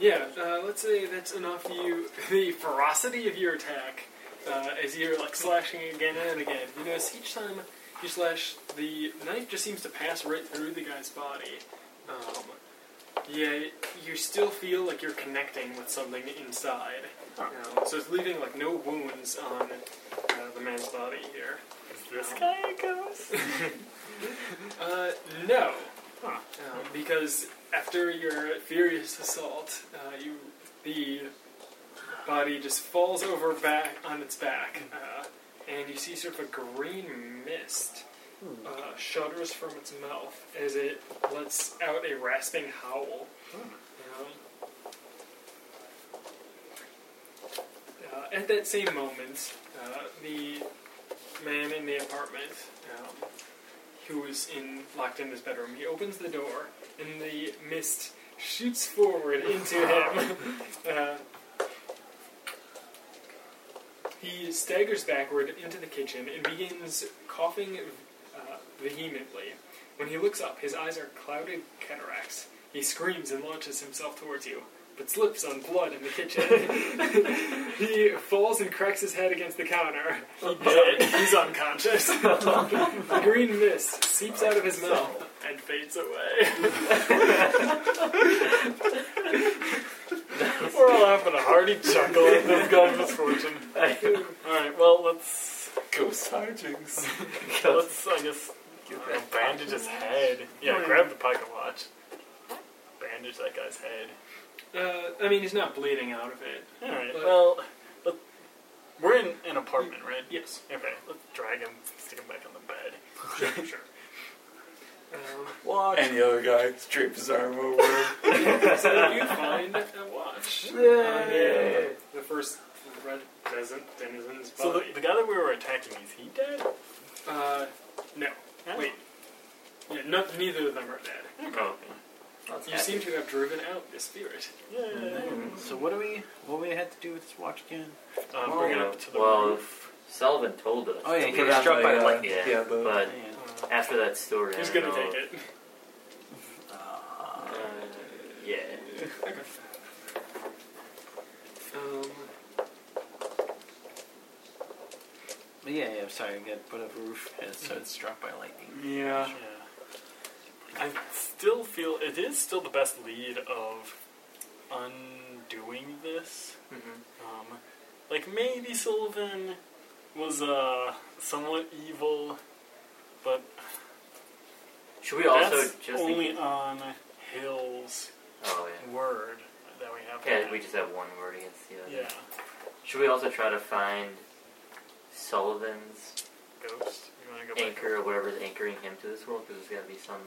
Speaker 2: Yeah, uh, let's say that's enough. You the ferocity of your attack uh, as you're like slashing again and again. You notice each time you slash, the knife just seems to pass right through the guy's body. Um, yeah, you still feel like you're connecting with something inside. Um, so it's leaving like no wounds on uh, the man's body here.
Speaker 1: Is this guy a ghost?
Speaker 2: Uh, no.
Speaker 1: Huh.
Speaker 2: Um, because after your furious assault, uh, you the body just falls over back on its back, uh, and you see sort of a green mist uh, shudders from its mouth as it lets out a rasping howl. Um, uh, at that same moment, uh, the man in the apartment um, who is in locked in his bedroom. He opens the door, and the mist shoots forward into him. uh, he staggers backward into the kitchen and begins coughing uh, vehemently. When he looks up, his eyes are clouded cataracts. He screams and launches himself towards you, but slips on blood in the kitchen. he falls and cracks his head against the counter. He- he's unconscious. The green mist seeps out of his mouth and fades away.
Speaker 1: We're all having a hearty chuckle at this guy's misfortune. Alright, well, let's.
Speaker 3: Ghost hijinks.
Speaker 1: Let's, I guess, I don't know, bandage his head. Yeah, grab the pocket watch. Bandage that guy's head.
Speaker 2: Uh, I mean, he's not bleeding out of it.
Speaker 1: Alright,
Speaker 2: But-
Speaker 1: well, let, we're in an apartment, right?
Speaker 2: Yes.
Speaker 1: Okay, let's drag him, stick him back on the bed.
Speaker 2: Sure, sure. Um,
Speaker 1: Watch.
Speaker 3: And the other guy drapes his arm over.
Speaker 2: so you find a watch. Uh, on the,
Speaker 3: Yay.
Speaker 2: the first red peasant denizen's
Speaker 1: So the,
Speaker 2: body.
Speaker 1: the guy that we were attacking, is he dead?
Speaker 2: uh, no.
Speaker 1: Huh?
Speaker 2: Wait. Yeah, not, neither of them are dead.
Speaker 5: Oh,
Speaker 2: You seem to have driven out the spirit.
Speaker 1: Yeah.
Speaker 4: So what do we? What we had to do with this watch again?
Speaker 2: Uh,
Speaker 1: Um,
Speaker 5: well,
Speaker 1: bring it up to the
Speaker 5: well,
Speaker 1: roof.
Speaker 5: Sullivan told us.
Speaker 4: Oh, yeah,
Speaker 5: that
Speaker 4: he got
Speaker 5: we were
Speaker 4: struck by
Speaker 5: on the
Speaker 4: lightning.
Speaker 5: Yeah,
Speaker 3: Yeah, the-
Speaker 5: but
Speaker 4: Yeah.
Speaker 5: after that story,
Speaker 2: Who's
Speaker 5: I
Speaker 2: gonna
Speaker 5: don't know.
Speaker 2: take it?
Speaker 5: Uh, yeah.
Speaker 2: Um,
Speaker 4: But yeah, yeah. Sorry, I got put up a roof, and so it's struck by lightning.
Speaker 2: yeah.
Speaker 1: Yeah. I still feel it is still the best lead of undoing this.
Speaker 4: Mm-hmm.
Speaker 1: Um, like maybe Sylvan was uh somewhat evil, but
Speaker 5: Should we also
Speaker 1: that's
Speaker 5: just
Speaker 1: only on Hill's
Speaker 5: Oh
Speaker 1: word that we have.
Speaker 5: yeah. Yeah,
Speaker 1: that.
Speaker 5: we just have one word against the other.
Speaker 1: yeah,
Speaker 5: Should we also try to find Sullivan's
Speaker 1: ghost. You want to go back?
Speaker 5: anchor or whatever's anchoring him to this world? Because there's got to be some.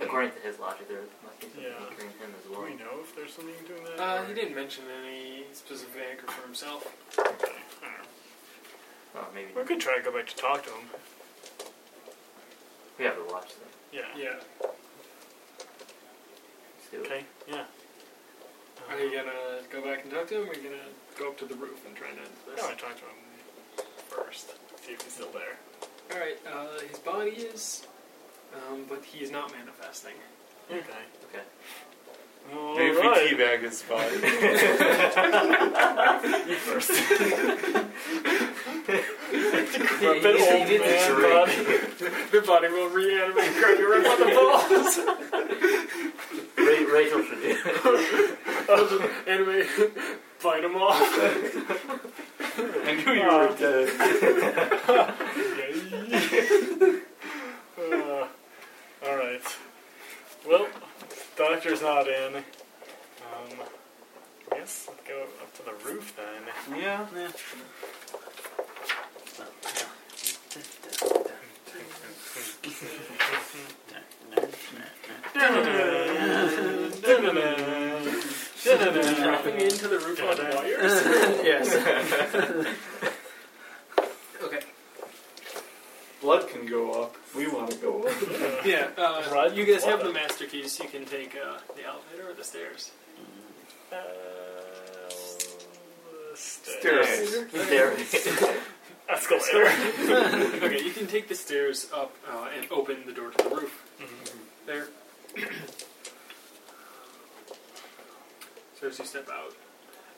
Speaker 5: According to his logic, there must be something
Speaker 1: Yeah.
Speaker 5: anchoring him as
Speaker 1: Do
Speaker 5: well.
Speaker 1: we know if there's something doing that?
Speaker 2: Uh,
Speaker 1: or-
Speaker 2: he didn't mention any specific anchor for himself.
Speaker 1: Okay. I don't know.
Speaker 5: Oh, maybe
Speaker 1: We could try to go back to talk to him.
Speaker 5: we have to watch them.
Speaker 1: Yeah.
Speaker 2: Yeah.
Speaker 5: Let's do it.
Speaker 1: Okay. Yeah. Uh,
Speaker 2: Are you gonna go back and talk to him, or are you gonna go up to the roof and try and end this?
Speaker 1: No, I talked to him first. See if he's still there.
Speaker 2: Alright, uh, his body is, um, but he is not manifesting.
Speaker 1: Okay.
Speaker 5: Okay.
Speaker 3: Maybe if we
Speaker 1: Alright.
Speaker 3: teabag his body.
Speaker 5: He-
Speaker 1: Bit
Speaker 5: he- he
Speaker 1: old
Speaker 5: did the
Speaker 1: man
Speaker 5: drink.
Speaker 1: body.
Speaker 2: The body will reanimate Gregory right on the balls!
Speaker 5: Ra- Rachel should do it.
Speaker 2: Anyway, bite him off.
Speaker 3: I knew you were dead.
Speaker 1: uh, Alright. Well, doctor's not in. Um, I guess let's go up to the roof then.
Speaker 3: Yeah.
Speaker 4: Yeah.
Speaker 2: Dropping into the roof on wires?
Speaker 4: yes.
Speaker 2: Okay.
Speaker 3: Blood can go up. We want to go up.
Speaker 2: Yeah, uh,
Speaker 1: Rod,
Speaker 2: you guys have
Speaker 1: what?
Speaker 2: the master keys, you can take, uh, the elevator or the stairs.
Speaker 1: Uh,
Speaker 3: Stairs.
Speaker 5: There.
Speaker 1: Escalator.
Speaker 2: okay, you can take the stairs up uh, and open the door to the roof. There. so as you step out,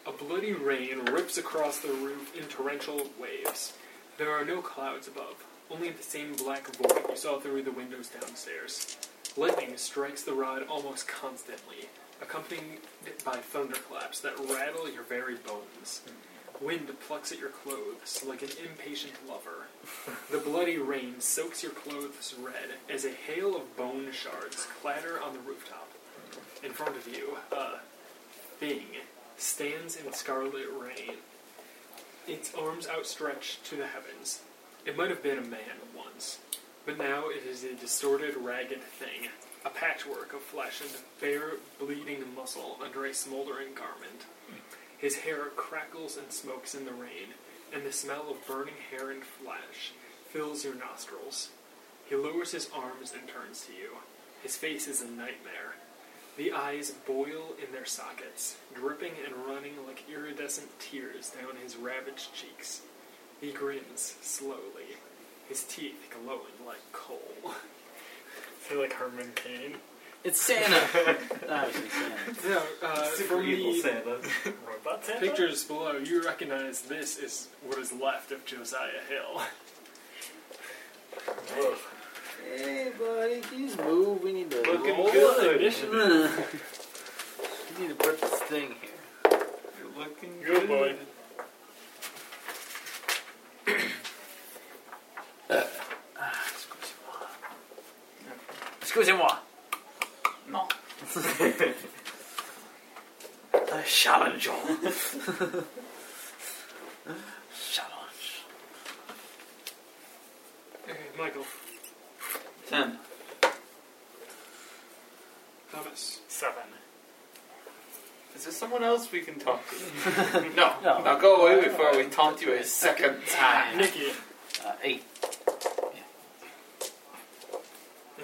Speaker 2: a bloody rain rips across the roof in torrential waves. There are no clouds above, only the same black void you saw through the windows downstairs. Lightning strikes the rod almost constantly, accompanied by thunderclaps that rattle your very bones. Wind plucks at your clothes like an impatient lover. The bloody rain soaks your clothes red as a hail of bone shards clatter on the rooftop. In front of you, a thing stands in scarlet rain, its arms outstretched to the heavens. It might have been a man once, but now it is a distorted, ragged thing, a patchwork of flesh and bare, bleeding muscle under a smoldering garment. His hair crackles and smokes in the rain, and the smell of burning hair and flesh fills your nostrils. He lowers his arms and turns to you. His face is a nightmare. The eyes boil in their sockets, dripping and running like iridescent tears down his ravaged cheeks. He grins slowly, his teeth glowing like coal.
Speaker 1: Say like Herman Cain.
Speaker 4: It's Santa. Obviously Santa.
Speaker 2: Now, uh,
Speaker 3: Super
Speaker 2: from
Speaker 3: evil
Speaker 2: the
Speaker 3: Santa.
Speaker 1: Robot Santa?
Speaker 2: pictures below, you recognize this is what is left of Josiah Hill.
Speaker 1: Whoa.
Speaker 4: Hey, buddy, can you just move? We need to
Speaker 2: Looking
Speaker 4: roll
Speaker 2: good.
Speaker 4: it. we need to put this thing here.
Speaker 3: You're looking
Speaker 1: Good boy.
Speaker 4: Excusez-moi.
Speaker 5: No.
Speaker 4: I challenge you. challenge.
Speaker 2: Michael,
Speaker 3: Ten.
Speaker 2: Thomas,
Speaker 1: Seven.
Speaker 3: Is there someone else we can talk to?
Speaker 5: No.
Speaker 4: No.
Speaker 5: Now go away before we taunt you a second
Speaker 1: Ah,
Speaker 4: Ah.
Speaker 5: time.
Speaker 1: Nikki.
Speaker 4: Uh, eight.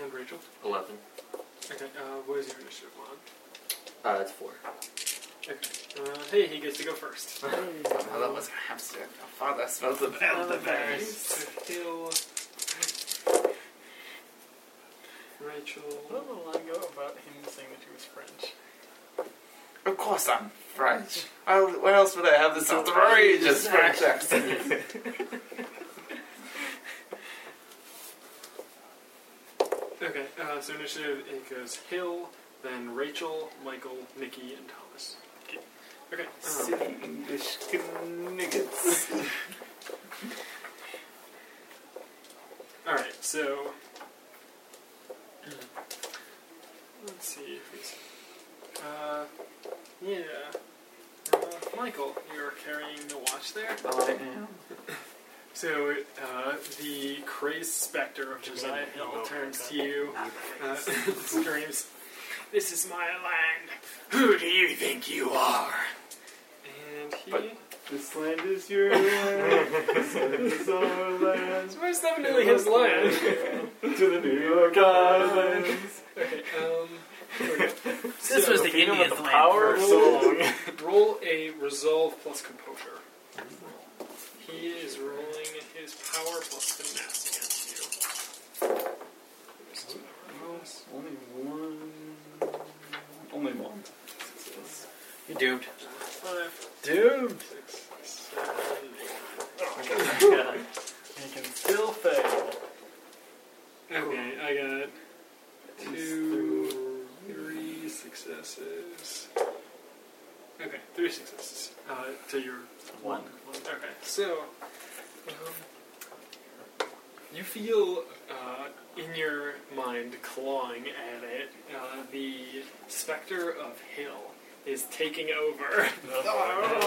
Speaker 2: and Rachel.
Speaker 5: Eleven.
Speaker 2: Okay, uh, what is your initiative on?
Speaker 5: Uh, that's four.
Speaker 2: Okay. Uh, hey, he gets to go first.
Speaker 5: Oh, that was a hamster. My father smells of
Speaker 2: Nice. Hill.
Speaker 1: What
Speaker 2: Rachel.
Speaker 1: a little line ago about him saying that he was French.
Speaker 5: Of course I'm French. I, what else would I have this outrageous French accent?
Speaker 2: Okay, uh, so initiative it goes Hill, then Rachel, Michael, Nikki, and Thomas. Okay. Um,
Speaker 3: City English niggas.
Speaker 2: all right. So let's see if he's. Uh, yeah. Uh, Michael, you're carrying the watch there.
Speaker 3: Oh, I am.
Speaker 2: So uh, the crazed specter of
Speaker 1: Did you
Speaker 2: Josiah
Speaker 1: mean
Speaker 2: Hill
Speaker 1: Hill Haircut?
Speaker 2: turns to you, uh, screams, "This is my land. Who do you think you are?" And he.
Speaker 3: But- This land is your land. This land is our land.
Speaker 2: Where's definitely his land?
Speaker 3: To the New York Islands.
Speaker 2: okay, um,
Speaker 4: This was the
Speaker 1: Feed him with
Speaker 4: Indian's
Speaker 1: the
Speaker 4: land.
Speaker 1: power of
Speaker 2: first.
Speaker 1: song.
Speaker 2: roll a resolve plus composure. He is rolling his power plus finesse against you.
Speaker 3: Only one. Only one.
Speaker 4: You're doomed.
Speaker 2: Five,
Speaker 4: Doomed.
Speaker 2: six, seven, eight.
Speaker 1: yeah. He can still fail.
Speaker 2: Okay, I got two, three successes. Okay, three successes. Uh, to your
Speaker 4: One.
Speaker 2: Okay, so um, you feel uh, in your mind clawing at it. Uh, the specter of Hill is taking over.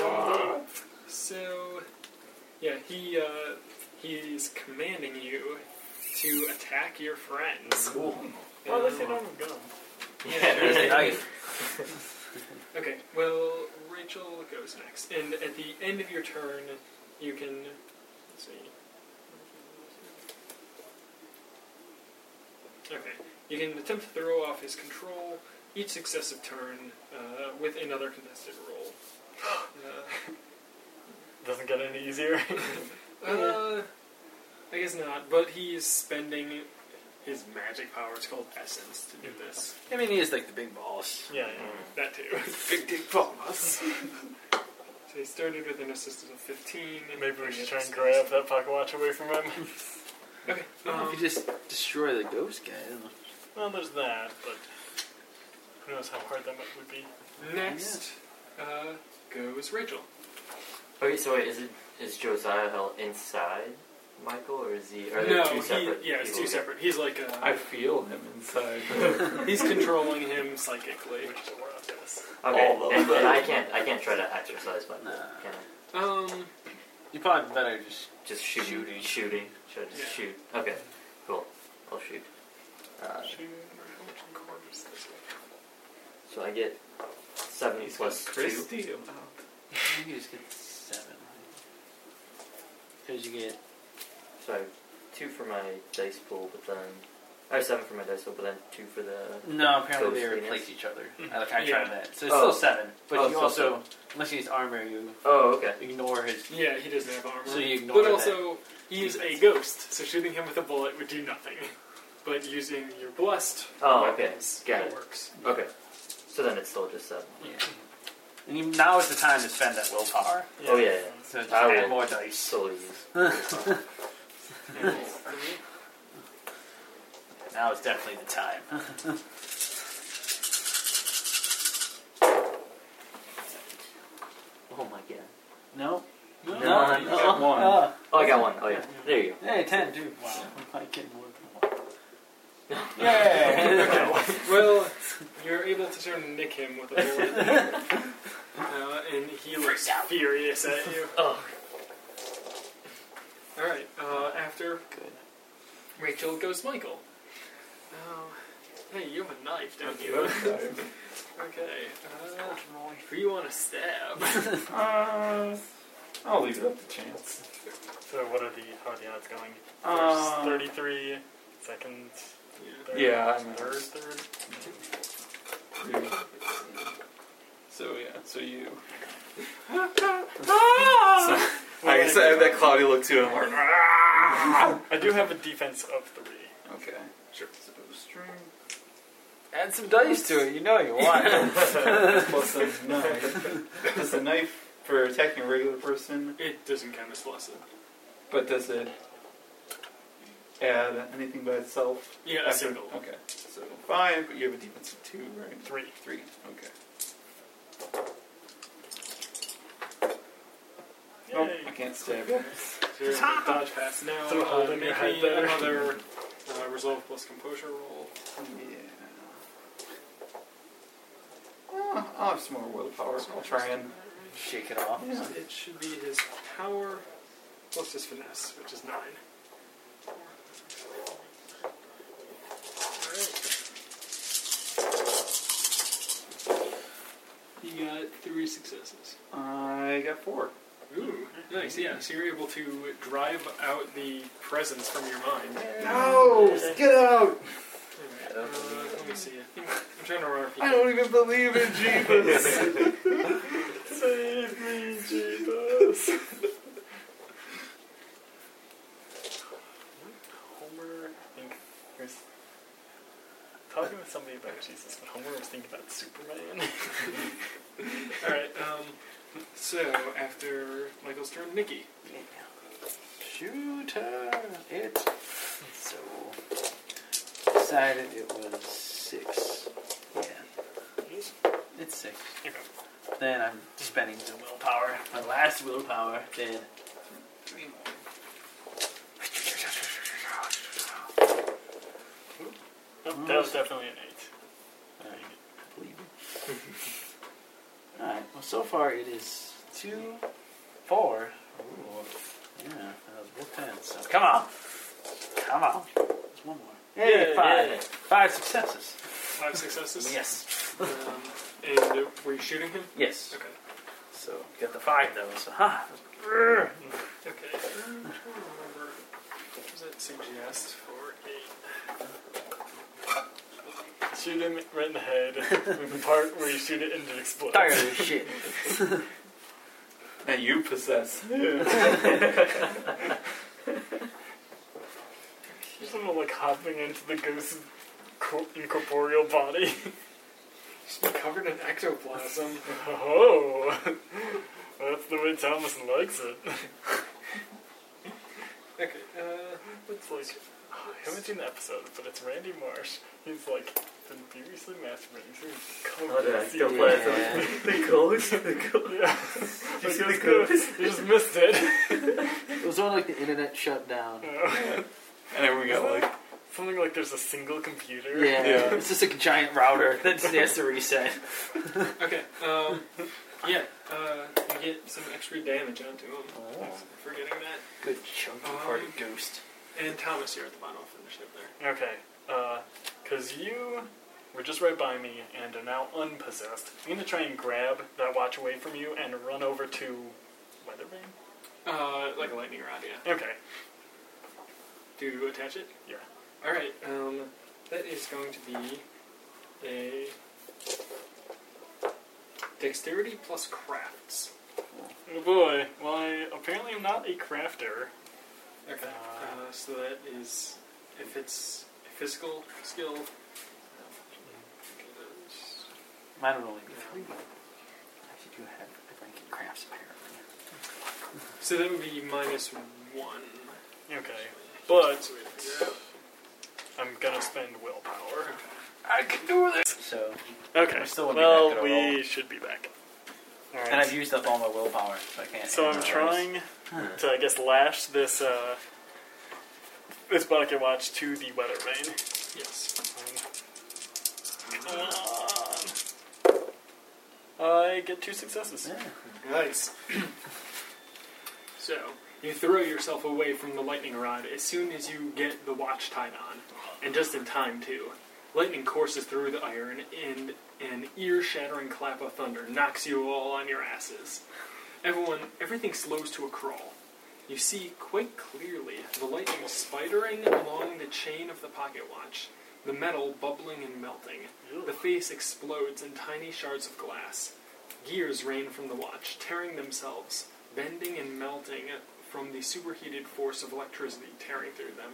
Speaker 3: Oh.
Speaker 2: So, yeah, he uh, he's commanding you to attack your friends.
Speaker 3: Cool.
Speaker 1: Well, at least you don't have a gun.
Speaker 2: Yeah.
Speaker 4: Knife.
Speaker 2: Okay, well, Rachel goes next. And at the end of your turn, you can. Let's see. Okay, you can attempt to throw off his control each successive turn uh, with another contested roll. Uh,
Speaker 1: Doesn't get any easier.
Speaker 2: uh, I guess not, but he's spending his magic powers called Essence to do this.
Speaker 4: I mean, he is like the big boss.
Speaker 1: yeah, yeah.
Speaker 5: Oh,
Speaker 2: That too.
Speaker 5: Big dick promise.
Speaker 2: So he started with an assistance of 15.
Speaker 1: Maybe we should try and grab that pocket watch away from him.
Speaker 2: Okay.
Speaker 4: Um, if you just destroy the ghost guy, I don't know.
Speaker 1: well, there's that, but who knows how hard that might- would be.
Speaker 2: Next uh, goes Rachel.
Speaker 5: Okay, so wait, is it is Josiah Hill inside Michael or is he? Are they
Speaker 2: No,
Speaker 5: two separate?
Speaker 2: he, yeah, it's two
Speaker 5: people?
Speaker 2: separate. He's like uh,
Speaker 3: I feel him inside.
Speaker 2: he's controlling him psychically.
Speaker 1: Which is a word of this.
Speaker 5: Okay,
Speaker 3: All of
Speaker 5: and,
Speaker 3: them.
Speaker 5: and I can't, I can't try to exercise my
Speaker 4: Nah.
Speaker 5: can I?
Speaker 2: Um,
Speaker 4: You probably better just.
Speaker 5: Just shoot,
Speaker 4: Shooting.
Speaker 5: shooting. Shooting. Should I just
Speaker 2: Yeah.
Speaker 5: shoot? Okay, cool. I'll shoot. Uh,
Speaker 1: Shoot, quarters this way.
Speaker 5: so I get seven
Speaker 3: He's Oh,
Speaker 5: plus
Speaker 3: got
Speaker 5: two.
Speaker 3: Christie about.
Speaker 4: You just get seven. Because you get.
Speaker 5: So I have two for my dice pool, but then I have seven for my dice pool, but then two for the.
Speaker 4: No, apparently they
Speaker 5: Those
Speaker 4: replace each other. I, like, I
Speaker 2: Yeah.
Speaker 4: tried that. So it's
Speaker 5: Oh.
Speaker 4: still seven. But
Speaker 5: Oh,
Speaker 4: you
Speaker 5: so
Speaker 4: also, unless you use armor, you
Speaker 5: Oh, okay.
Speaker 4: ignore his.
Speaker 2: yeah, he doesn't have armor.
Speaker 4: So you ignore
Speaker 2: but
Speaker 4: that.
Speaker 2: also, he's a ghost, so shooting him with a bullet would do nothing. But using your blessed
Speaker 5: Oh, okay.
Speaker 2: weapons,
Speaker 5: Got
Speaker 2: it
Speaker 5: it.
Speaker 2: works.
Speaker 5: Okay. So then it's still just seven.
Speaker 4: Yeah. And you, now is the time to spend that willpower.
Speaker 5: Oh yeah. yeah.
Speaker 4: So just
Speaker 5: I
Speaker 4: add
Speaker 5: will.
Speaker 4: more dice.
Speaker 5: Still use.
Speaker 4: Now is definitely the time.
Speaker 5: Oh my god.
Speaker 4: no?
Speaker 5: No,
Speaker 4: no,
Speaker 5: you
Speaker 3: got one.
Speaker 4: Uh,
Speaker 5: Oh, I got one. Oh yeah. There you
Speaker 4: hey, ten, dude. Wow. I get more than one.
Speaker 5: go.
Speaker 4: Yay!
Speaker 2: Well, you're able to sort of nick him with a bullet, uh, and he looks furious at you.
Speaker 5: oh.
Speaker 2: All right. Uh, after
Speaker 4: Good.
Speaker 2: Rachel goes Michael. Oh, hey, you have a knife, don't you? okay. Uh, who you want to stab?
Speaker 3: Uh, I'll leave it up to chance.
Speaker 1: So what are the how are the odds going? First
Speaker 3: Uh,
Speaker 1: thirty-three, second, third,
Speaker 3: Yeah, I'm-
Speaker 1: third, third.
Speaker 3: Three. So yeah, so you. I guess I have that cloudy look to him. Where, "Ah!"
Speaker 1: I do have a defense of three.
Speaker 3: okay. Sure. So string
Speaker 4: Add some dice to it. You know you want.
Speaker 3: plus a knife. Does a knife for attacking a regular person?
Speaker 2: It doesn't count as blessed.
Speaker 3: But does it add anything by itself?
Speaker 2: Yeah, a
Speaker 3: After-
Speaker 2: single.
Speaker 3: Okay. So five, but you have a defense of two, right?
Speaker 1: Three.
Speaker 3: Three. Okay. Nope,
Speaker 1: Yay.
Speaker 3: I can't stab you.
Speaker 2: So you're able to dodge pass now.
Speaker 1: Throw a hole
Speaker 2: uh,
Speaker 1: in your
Speaker 2: make
Speaker 1: head
Speaker 2: me
Speaker 1: there.
Speaker 2: another uh, resolve plus composure roll.
Speaker 3: Yeah. Oh, I'll have some more willpower. I'll try and.
Speaker 4: Shake it off.
Speaker 3: Yeah.
Speaker 2: It should be his power plus his finesse, which is nine. Alright. He got three successes.
Speaker 3: I got four.
Speaker 2: Ooh, nice. Yeah, so you're able to drive out the presence from your mind.
Speaker 3: No! Get out!
Speaker 2: Alright, uh, let me see. I think- I'm trying to remember. if he-
Speaker 3: I don't even believe in Jesus!
Speaker 1: Save me, Jesus. Homer, I think, he was talking with somebody about Jesus, but Homer was thinking about Superman.
Speaker 2: All right. Um, so after Michael's turn, Nikki.
Speaker 4: Shoot her. It. So decided it was six. Yeah, it's six.
Speaker 1: Okay.
Speaker 4: Then I'm spending the willpower, my last willpower. Then
Speaker 1: Nope, Oh, that was definitely an eight.
Speaker 4: Alright, believe it. Alright, well, so far it is two, four. Ooh. Yeah, that was both tens. So come on! Come on! There's one more. Yay,
Speaker 2: Yay.
Speaker 4: five. Five successes.
Speaker 2: Five successes.
Speaker 4: Yes.
Speaker 2: Um, and uh, were you shooting him?
Speaker 4: Yes.
Speaker 2: Okay.
Speaker 4: So, got the five though, so, huh? Grr.
Speaker 2: Okay. I'm trying to remember. What does it suggest for eight?
Speaker 1: Shoot him right in the head with the part where you shoot it and it explodes.
Speaker 4: Tired of this shit.
Speaker 3: That you possess.
Speaker 1: Just someone like hopping into the ghost's co- incorporeal body.
Speaker 2: Just be covered in ectoplasm.
Speaker 1: Oh, that's the way Thomas likes it.
Speaker 2: okay. Uh,
Speaker 1: It's like I haven't seen the episode, but it's Randy Marsh. He's like been furiously masturbating to
Speaker 5: Oh,
Speaker 4: uh,
Speaker 1: covered
Speaker 5: did I
Speaker 1: in
Speaker 5: still
Speaker 1: seaweed.
Speaker 5: play
Speaker 4: Yeah.
Speaker 5: it? The ghost? The ghost?
Speaker 1: Yeah.
Speaker 5: You see
Speaker 1: Like,
Speaker 5: the
Speaker 1: it was-
Speaker 5: ghost?
Speaker 1: You just missed it.
Speaker 4: It was on like the internet shut down.
Speaker 3: And then we got like
Speaker 1: Something like there's a single computer.
Speaker 4: Yeah.
Speaker 3: Yeah.
Speaker 4: It's just a giant router that just has to reset.
Speaker 2: Okay. Um, yeah. Uh, you get some extra damage onto him. Thanks for getting that. uh,
Speaker 4: Good chunky part of ghost.
Speaker 2: And Thomas, you're at the bottom. I'll finish it there.
Speaker 1: Okay. Because you were just right by me and are now unpossessed. I'm going to try and grab that watch away from you and run over to Weathervane?
Speaker 2: Uh, like a lightning rod, yeah.
Speaker 1: Okay.
Speaker 2: Do you attach it?
Speaker 1: Yeah.
Speaker 2: All right. Um, that is going to be a dexterity plus crafts.
Speaker 1: Oh boy. Well, I apparently am not a crafter.
Speaker 2: Okay. Uh, so that is if it's a physical skill. um,
Speaker 4: Mine would only be three, but I do have I think it crafts apparently.
Speaker 2: So that would be minus one.
Speaker 1: Okay. But
Speaker 2: So we figure out.
Speaker 1: I'm going to spend willpower.
Speaker 4: I can do this. So
Speaker 1: Okay.
Speaker 4: We still wouldn't be
Speaker 1: well,
Speaker 4: back at a
Speaker 1: we
Speaker 4: roll.
Speaker 1: should be back. All right.
Speaker 4: and I've used up all my willpower, so I can't.
Speaker 1: So I'm trying to, I guess, lash this uh, this bucket watch to the weather vane.
Speaker 2: Yes.
Speaker 1: Come on. I get two successes.
Speaker 4: Yeah.
Speaker 2: Nice. so, you throw yourself away from the lightning rod as soon as you get the watch tied on, and just in time, too. Lightning courses through the iron, and an ear shattering clap of thunder knocks you all on your asses. Everyone, everything slows to a crawl. You see quite clearly the lightning spidering along the chain of the pocket watch, the metal bubbling and melting. The face explodes in tiny shards of glass. Gears rain from the watch, tearing themselves, bending and melting from the superheated force of electricity tearing through them.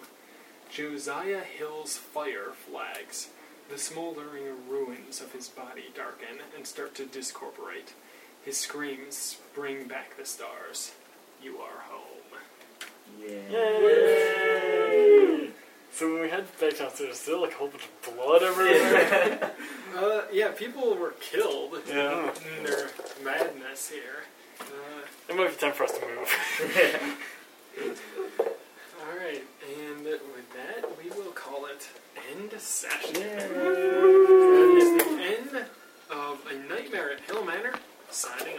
Speaker 2: Josiah Hill's fire flags. The smoldering ruins of his body darken and start to discorporate. His screams bring back the stars. You are home.
Speaker 1: Yay! So when we head back downstairs, there's still like a whole bunch of blood everywhere.
Speaker 2: Uh, yeah, people were killed
Speaker 1: yeah.
Speaker 2: in their madness here. Uh,
Speaker 1: It might be time for us to move.
Speaker 2: All right, and with that, we will call it end session. That is the end of a nightmare at Hill Manor. Signing.